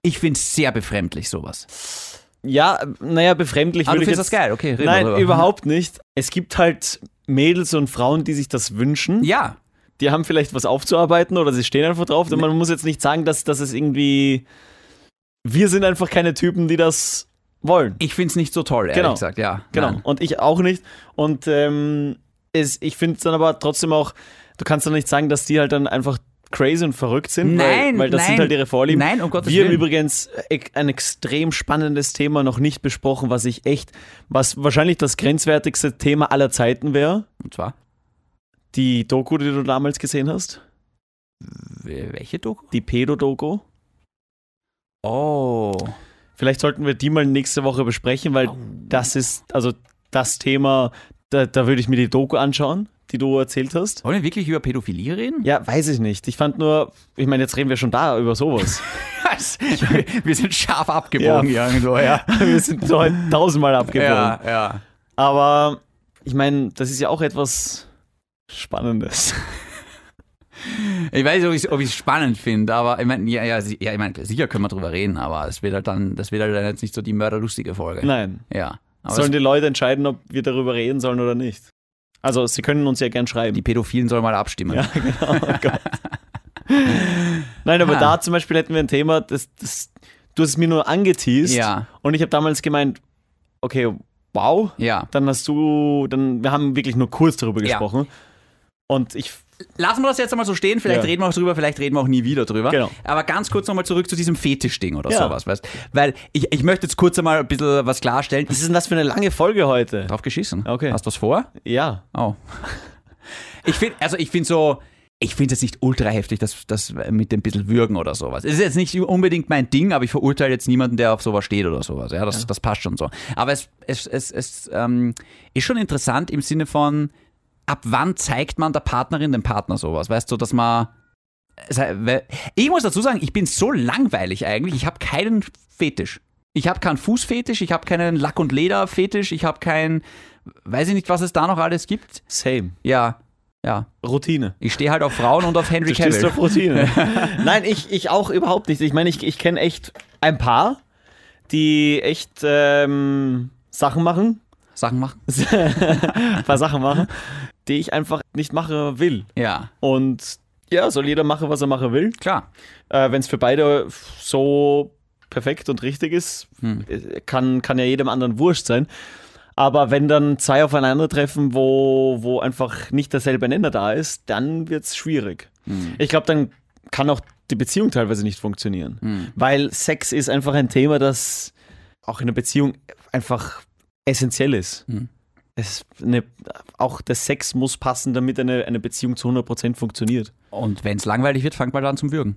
B: Ich finde es sehr befremdlich, sowas.
A: Ja, naja, befremdlich
B: Aber
A: würde
B: du
A: ich
B: findest
A: jetzt...
B: das geil, okay, reden wir
A: Nein,
B: drüber.
A: überhaupt nicht. Es gibt halt Mädels und Frauen, die sich das wünschen.
B: Ja,
A: Die haben vielleicht was aufzuarbeiten oder sie stehen einfach drauf. Und man muss jetzt nicht sagen, dass, dass es irgendwie... Wir sind einfach keine Typen, die das wollen.
B: ich finde es nicht so toll, ehrlich
A: Genau.
B: gesagt, ja.
A: Genau.
B: Nein.
A: Und ich auch nicht. Und ähm, es, ich finde es dann aber trotzdem auch, du kannst dann nicht sagen, dass die halt dann einfach crazy und verrückt sind,
B: Nein,
A: weil, weil das
B: nein.
A: sind halt ihre Vorlieben.
B: Nein, um Gottes
A: Wir haben
B: Willen.
A: übrigens ek- ein extrem spannendes Thema noch nicht besprochen, was ich echt, was wahrscheinlich das grenzwertigste Thema aller Zeiten wäre.
B: Und zwar,
A: Die Doku, die du damals gesehen hast,
B: welche Doku?
A: die Pedo-Doku.
B: Oh.
A: Vielleicht sollten wir die mal nächste Woche besprechen, weil das ist, also das Thema, da, da würde ich mir die Doku anschauen, die du erzählt hast.
B: Wollen wir wirklich über Pädophilie reden?
A: Ja, weiß ich nicht. Ich fand nur, ich meine, jetzt reden wir schon da über sowas.
B: [laughs] wir, wir sind scharf
A: [laughs]
B: abgebogen
A: Ja.
B: irgendwo, ja.
A: [laughs] wir sind so heute tausendmal abgebogen.
B: Ja, ja.
A: Aber ich meine, das ist ja auch etwas Spannendes. [laughs]
B: Ich weiß nicht, ob ich es spannend finde, aber ich meine, ja, ja, si- ja, ich mein, sicher können wir drüber reden, aber es wird halt dann, das wird halt dann jetzt nicht so die mörderlustige Folge.
A: Nein.
B: Ja. Aber
A: Sollen
B: es,
A: die Leute entscheiden, ob wir darüber reden sollen oder nicht? Also, sie können uns ja gern schreiben.
B: die Pädophilen sollen mal
A: [laughs]
B: abstimmen.
A: ja, genau. Oh Gott. Nein, aber
B: Ha.
A: da zum Beispiel hätten wir ein Thema, das, das, du hast es mir nur angeteased
B: Ja.
A: und ich habe damals gemeint, okay, wow,
B: Ja.
A: dann hast du, dann, wir haben wirklich nur kurz darüber
B: Ja.
A: gesprochen. Und ich,
B: Lassen wir das jetzt einmal so stehen, vielleicht
A: Ja.
B: reden wir auch drüber, vielleicht reden wir auch nie wieder drüber.
A: Genau.
B: Aber ganz kurz nochmal zurück zu diesem Fetischding oder
A: Ja.
B: sowas, weißt Weil ich, ich möchte jetzt kurz einmal ein bisschen was klarstellen.
A: was ist denn das für eine lange Folge heute?
B: Drauf geschissen.
A: Okay.
B: Hast du was vor?
A: Ja,
B: Oh. Ich finde, also ich finde so, ich finde es jetzt nicht ultra heftig, dass das mit dem bisschen würgen oder sowas. Es ist jetzt nicht unbedingt mein Ding, aber ich verurteile jetzt niemanden, der auf sowas steht oder sowas. Ja, das, das passt schon so. Aber es, es, es, es ähm, ist schon interessant im Sinne von, ab wann zeigt man der Partnerin dem Partner sowas? Weißt du, dass man. Ich muss dazu sagen, ich bin so langweilig eigentlich. Ich habe keinen Fetisch. Ich habe keinen Fußfetisch, ich habe keinen Lack- und Leder-Fetisch, ich habe keinen. Weiß ich nicht, was es da noch alles gibt.
A: Same.
B: Ja, ja.
A: Routine.
B: Ich stehe halt auf Frauen und auf
A: [laughs]
B: Henry
A: Du stehst
B: Cavill.
A: auf
B: [laughs]
A: Routine. Nein, ich, ich auch überhaupt nicht. Ich meine, ich, ich kenne echt ein paar, die echt ähm, Sachen machen,
B: Sachen machen.
A: ein [laughs] paar Sachen machen, die ich einfach nicht machen will.
B: Ja,
A: Und ja, soll jeder machen, was er machen will.
B: klar.
A: Äh, Wenn es für beide so perfekt und richtig ist, äh, kann, kann ja jedem anderen wurscht sein. Aber wenn dann zwei aufeinandertreffen, wo, wo einfach nicht derselbe Nenner da ist, dann wird es schwierig. Ich glaube, dann kann auch die Beziehung teilweise nicht funktionieren. Weil Sex ist einfach ein Thema, das auch in einer Beziehung einfach essentiell ist. Es, eine, auch der Sex muss passen, damit eine, eine Beziehung zu 100% funktioniert.
B: Und wenn es langweilig wird, fangt mal an zum Würgen.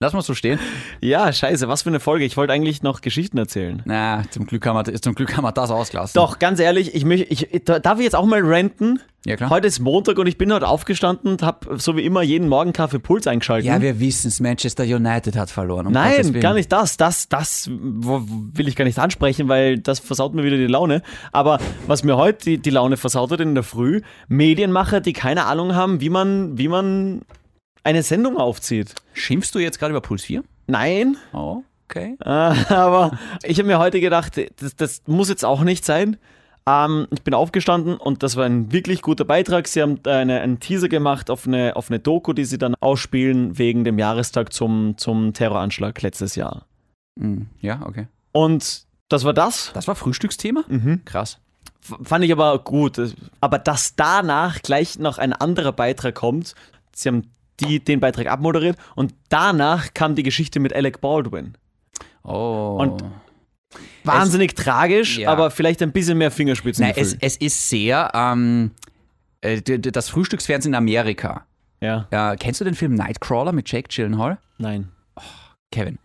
B: Lass mal so stehen.
A: Ja, scheiße, was für eine Folge. Ich wollte eigentlich noch Geschichten erzählen.
B: Na, zum Glück haben wir, zum Glück haben wir das ausgelassen.
A: Doch, ganz ehrlich, ich möchte, ich, darf ich jetzt auch mal renten?
B: Ja, klar.
A: Heute ist Montag und ich bin heute aufgestanden und habe so wie immer jeden Morgen Kaffee Puls eingeschaltet.
B: Ja, wir wissen es. Manchester United hat verloren. um Gottes
A: Hm? Nein,
B: Willen.
A: gar nicht das. Das, das wo- will ich gar nicht ansprechen, weil das versaut mir wieder die Laune. Aber was mir heute die, die Laune versaut hat in der Früh, Medienmacher, die keine Ahnung haben, wie man, wie man eine Sendung aufzieht.
B: Schimpfst du jetzt gerade über Puls 4?
A: Nein,
B: Oh, okay.
A: Äh, Aber ich habe mir heute gedacht, das, das muss jetzt auch nicht sein. Ähm, ich bin aufgestanden und das war ein wirklich guter Beitrag. Sie haben eine, einen Teaser gemacht auf eine, auf eine Doku, die sie dann ausspielen wegen dem Jahrestag zum, zum Terroranschlag letztes Jahr.
B: Hm, Ja, okay.
A: Und das war das.
B: Das war Frühstücksthema?
A: Mhm.
B: Krass.
A: F- Fand ich aber gut. Aber dass danach gleich noch ein anderer Beitrag kommt, sie haben die, den Beitrag abmoderiert und danach kam die Geschichte mit Alec Baldwin.
B: Oh.
A: Und Wahnsinnig tragisch,
B: Ja.
A: aber vielleicht ein bisschen mehr Fingerspitzengefühl.
B: Nein, es, es ist sehr ähm, äh, d- d- das Frühstücksfernsehen in Amerika.
A: ja.
B: Äh, kennst du den Film Nightcrawler mit Jake Gyllenhaal?
A: Nein.
B: Kevin,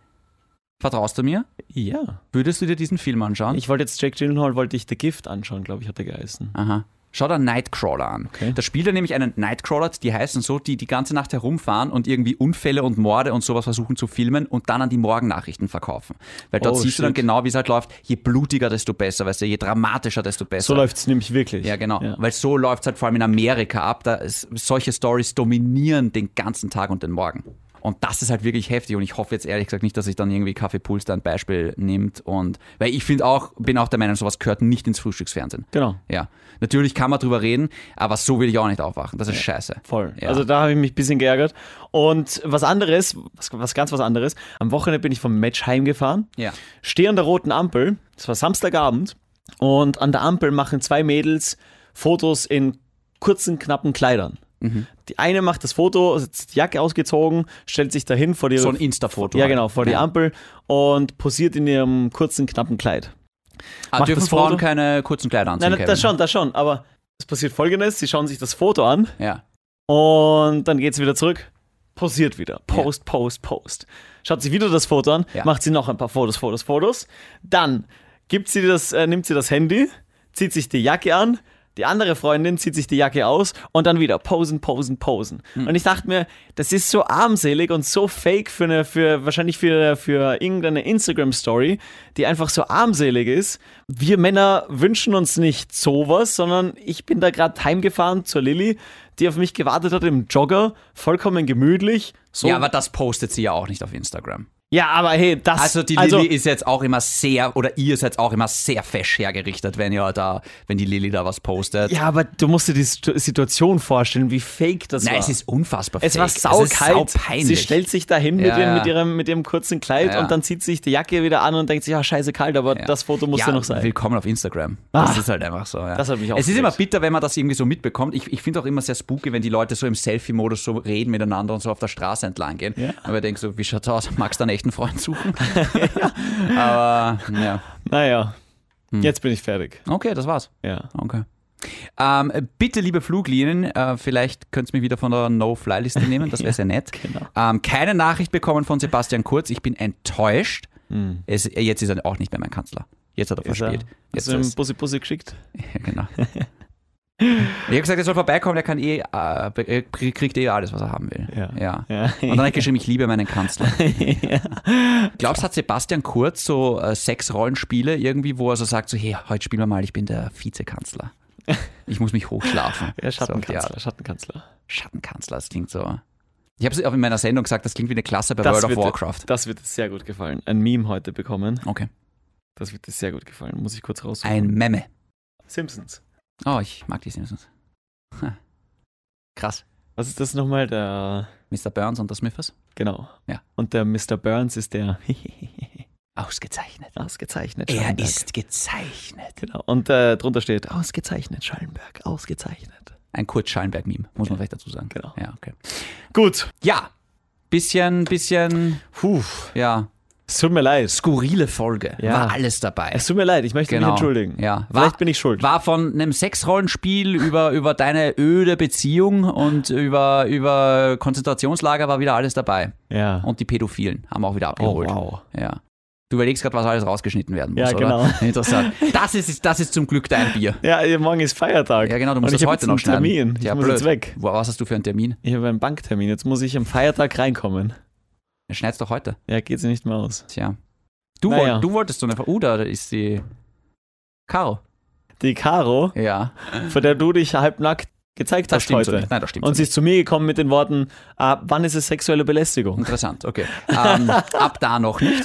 B: vertraust du mir?
A: Ja.
B: Würdest du dir diesen Film anschauen?
A: Ich wollte jetzt Jack Gyllenhaal, wollte ich The Gift anschauen, glaube ich, hat er geheißen.
B: Aha. Schau dir Nightcrawler an.
A: Okay.
B: Da spielt er nämlich einen Nightcrawler, die heißen so, die die ganze Nacht herumfahren und irgendwie Unfälle und Morde und sowas versuchen zu filmen und dann an die Morgennachrichten verkaufen. Weil dort
A: Oh,
B: siehst du dann
A: shit.
B: genau, wie es halt läuft. Je blutiger, desto besser, weißt du, je dramatischer, desto besser.
A: So läuft es nämlich wirklich.
B: Ja, genau. Weil so läuft es halt vor allem in Amerika ab. Da ist, solche Stories dominieren den ganzen Tag und den Morgen. Und das ist halt wirklich heftig und ich hoffe jetzt ehrlich gesagt nicht, dass sich dann irgendwie Kaffee Puls da ein Beispiel nimmt und weil ich finde auch, bin auch der Meinung, sowas gehört nicht ins Frühstücksfernsehen.
A: Genau.
B: Ja. Natürlich kann man drüber reden, aber so will ich auch nicht aufwachen. Das ist scheiße.
A: Voll.
B: Ja.
A: Also da habe ich mich ein bisschen geärgert. Und was anderes, was, was ganz was anderes, am Wochenende bin ich vom Match heimgefahren,
B: Ja.
A: stehe an der roten Ampel, das war Samstagabend, und an der Ampel machen zwei Mädels Fotos in kurzen, knappen Kleidern.
B: Mhm.
A: Die eine macht das Foto, hat die Jacke ausgezogen, stellt sich dahin vor die
B: So ein Insta-Foto.
A: Ja,
B: halt.
A: genau, vor die
B: Ja.
A: Ampel und posiert in ihrem kurzen, knappen Kleid.
B: Ah,
A: Macht
B: dürfen
A: das
B: Frauen
A: Foto.
B: keine kurzen Kleider anziehen?
A: Nein,
B: Kevin?
A: das schon, das schon, aber es passiert folgendes: Sie schauen sich das Foto an
B: Ja.
A: und dann geht sie wieder zurück, posiert wieder. Post, Post, Post. Schaut sie wieder das Foto an,
B: Ja.
A: macht sie noch ein paar Fotos, Fotos, Fotos. Dann gibt sie das, äh, nimmt sie das Handy, zieht sich die Jacke an. Die andere Freundin zieht sich die Jacke aus und dann wieder posen, posen, posen.
B: Hm.
A: Und ich dachte mir, das ist so armselig und so fake für eine, für wahrscheinlich für, für irgendeine Instagram-Story, die einfach so armselig ist. Wir Männer wünschen uns nicht sowas, sondern ich bin da gerade heimgefahren zur Lilly, die auf mich gewartet hat im Jogger, vollkommen gemütlich. So.
B: Ja, aber das postet sie ja auch nicht auf Instagram.
A: ja, aber hey, das.
B: Also die Lilly ist jetzt auch immer sehr, oder ihr seid auch immer sehr fesch hergerichtet, wenn ihr da, wenn die Lilly da was postet.
A: Ja, aber du musst dir die Situ- Situation vorstellen, wie fake das
B: Nein,
A: war.
B: es ist unfassbar
A: Es war
B: fake.
A: saukalt.
B: Es ist saupeinlich.
A: sie stellt sich dahin mit,
B: Ja,
A: ihrem,
B: ja.
A: mit, ihrem, mit ihrem kurzen Kleid
B: Ja.
A: und dann zieht sich die Jacke wieder an und denkt sich, ah, scheiße kalt, aber das Foto muss
B: ja,
A: ja noch sein. Ah,
B: Willkommen auf Instagram. Das ist halt einfach so. Ja.
A: Das hat mich
B: Es ist
A: aufgeregt.
B: immer bitter, wenn man das irgendwie so mitbekommt. Ich, ich finde auch immer sehr spooky, wenn die Leute so im Selfie-Modus so reden miteinander und so auf der Straße entlang gehen.
A: Ja.
B: Aber ich denke so, wie schaut's aus? Magst du einen echten Freund suchen? [laughs] Aber ja.
A: Naja, jetzt bin ich fertig.
B: Hm. Okay, das war's.
A: Ja.
B: Okay. Ähm, bitte, liebe Fluglinien, äh, vielleicht könnt ihr mich wieder von der No-Fly-Liste
A: [laughs]
B: nehmen, das wäre sehr nett.
A: genau.
B: ähm, keine Nachricht bekommen von Sebastian Kurz, ich bin enttäuscht. Es, äh, jetzt ist er auch nicht mehr mein Kanzler. Jetzt hat er
A: Hm. Ist er-
B: verspielt.
A: Also, Hast
B: Jetzt
A: du ihm
B: ist,
A: Bussi Bussi geschickt?
B: ja, [laughs] genau. ich habe gesagt, er soll vorbeikommen, er kann eh, äh, be- er kriegt eh alles, was er haben will.
A: Ja.
B: ja.
A: [laughs] Ja.
B: Und dann habe ich geschrieben, ich liebe
A: [laughs]
B: meinen Kanzler. Glaubst du, hat Sebastian Kurz so äh, sechs Rollenspiele irgendwie, wo er so sagt, so, hey, heute spielen wir mal, ich bin der Vizekanzler. Ich muss mich hochschlafen.
A: [laughs] Ja,
B: So,
A: Schattenkanzler,
B: ja,
A: Schattenkanzler.
B: Schattenkanzler, das klingt so. Ich habe es auch in meiner Sendung gesagt, das klingt wie eine Klasse bei World of
A: wird-
B: Warcraft.
A: Das wird dir sehr gut gefallen. Ein Meme heute bekommen.
B: Okay.
A: Das wird dir sehr gut gefallen. Muss ich kurz raussuchen.
B: Ein Memme.
A: Simpsons.
B: Oh, ich mag die Simpsons. Ha. Krass.
A: Was ist das nochmal? Der.
B: Mr. Burns und der Smithers.
A: Genau.
B: Ja.
A: Und der Mr. Burns ist der. [laughs]
B: Ausgezeichnet.
A: Ausgezeichnet.
B: Er
A: Schallenberg.
B: ist gezeichnet.
A: Genau. Und äh, drunter steht: Ausgezeichnet, Schallenberg. Ausgezeichnet.
B: Ein Kurt Schallenberg-Meme, muss man vielleicht dazu sagen.
A: Genau.
B: Ja, okay.
A: Gut.
B: Ja, bisschen, bisschen,
A: Puh.
B: ja,
A: Es tut mir leid.
B: skurrile Folge.
A: Ja.
B: War alles dabei.
A: Es tut mir leid. Ich möchte mich entschuldigen.
B: Genau. Ja.
A: Vielleicht bin ich schuld.
B: War von einem Sexrollenspiel über, über deine öde Beziehung und über, über Konzentrationslager war wieder alles dabei.
A: Ja. Oh,
B: Und die Pädophilen haben auch wieder abgeholt.
A: wow.
B: Ja. Du überlegst gerade, was alles rausgeschnitten werden muss,
A: Ja, genau.
B: oder? [laughs] Interessant. Das ist, das ist zum Glück dein Bier.
A: Ja, ja, morgen ist Feiertag.
B: Ja, genau, du
A: Und
B: musst
A: ich
B: das
A: hab
B: heute
A: jetzt
B: noch
A: einen
B: schneiden.
A: Termin. Ich
B: Ja,
A: muss
B: blöd.
A: jetzt weg.
B: Wo- Was hast du für einen Termin?
A: Ich habe einen Banktermin. Jetzt muss ich am Feiertag reinkommen.
B: Schneid's doch heute.
A: Ja, geht sie nicht mehr aus.
B: Tja. Du,
A: Naja.
B: woll, du wolltest so eine Frage. Uh, da ist die Caro.
A: Die Caro,
B: Ja.
A: von der du dich halbnackt gezeigt
B: Das
A: hast
B: stimmt so
A: heute.
B: nicht. Nein, das stimmt
A: Und
B: so
A: sie ist zu mir gekommen mit den Worten, ah, wann ist es sexuelle Belästigung?
B: Interessant, okay. Ähm, ab da
A: [laughs]
B: noch nicht.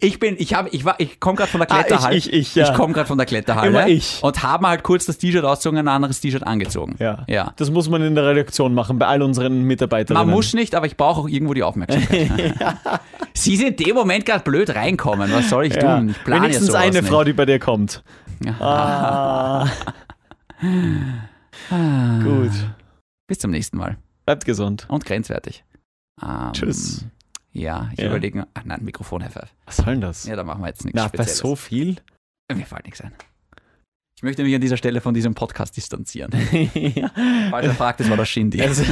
B: ich bin, ich habe, ich war, ich komme gerade von der
A: Ah, ich,
B: Kletterhalle.
A: ich, ich, ja.
B: komme gerade von der Kletterhalle.
A: Immer ich.
B: Und habe halt kurz das T-Shirt ausgezogen, ein anderes T-Shirt angezogen.
A: Ja.
B: Ja.
A: Das muss man in der Redaktion machen, bei all unseren Mitarbeiterinnen.
B: Man muss nicht, aber ich brauche auch irgendwo die Aufmerksamkeit.
A: [laughs]
B: Sie sind in dem Moment gerade blöd reinkommen. Was soll ich
A: ja.
B: tun? Ich plane
A: Wenigstens
B: sowas
A: eine
B: nicht.
A: Frau, die bei dir
B: [laughs]
A: kommt. Ah. Gut.
B: Ah. Bis zum nächsten Mal.
A: Bleibt gesund.
B: Und grenzwertig. Ähm,
A: Tschüss.
B: Ja, ich
A: Ja.
B: überlege. Ach nein, Mikrofon, Herr Pfeif.
A: Was soll denn das?
B: Ja, da machen wir jetzt nichts
A: Na, bei
B: Spezielles.
A: so
B: [laughs]
A: viel?
B: Mir fällt nichts ein. Ich möchte mich an dieser Stelle von diesem Podcast distanzieren.
A: ja.
B: [laughs] Weil er fragt, es war der Shindy.
A: Also,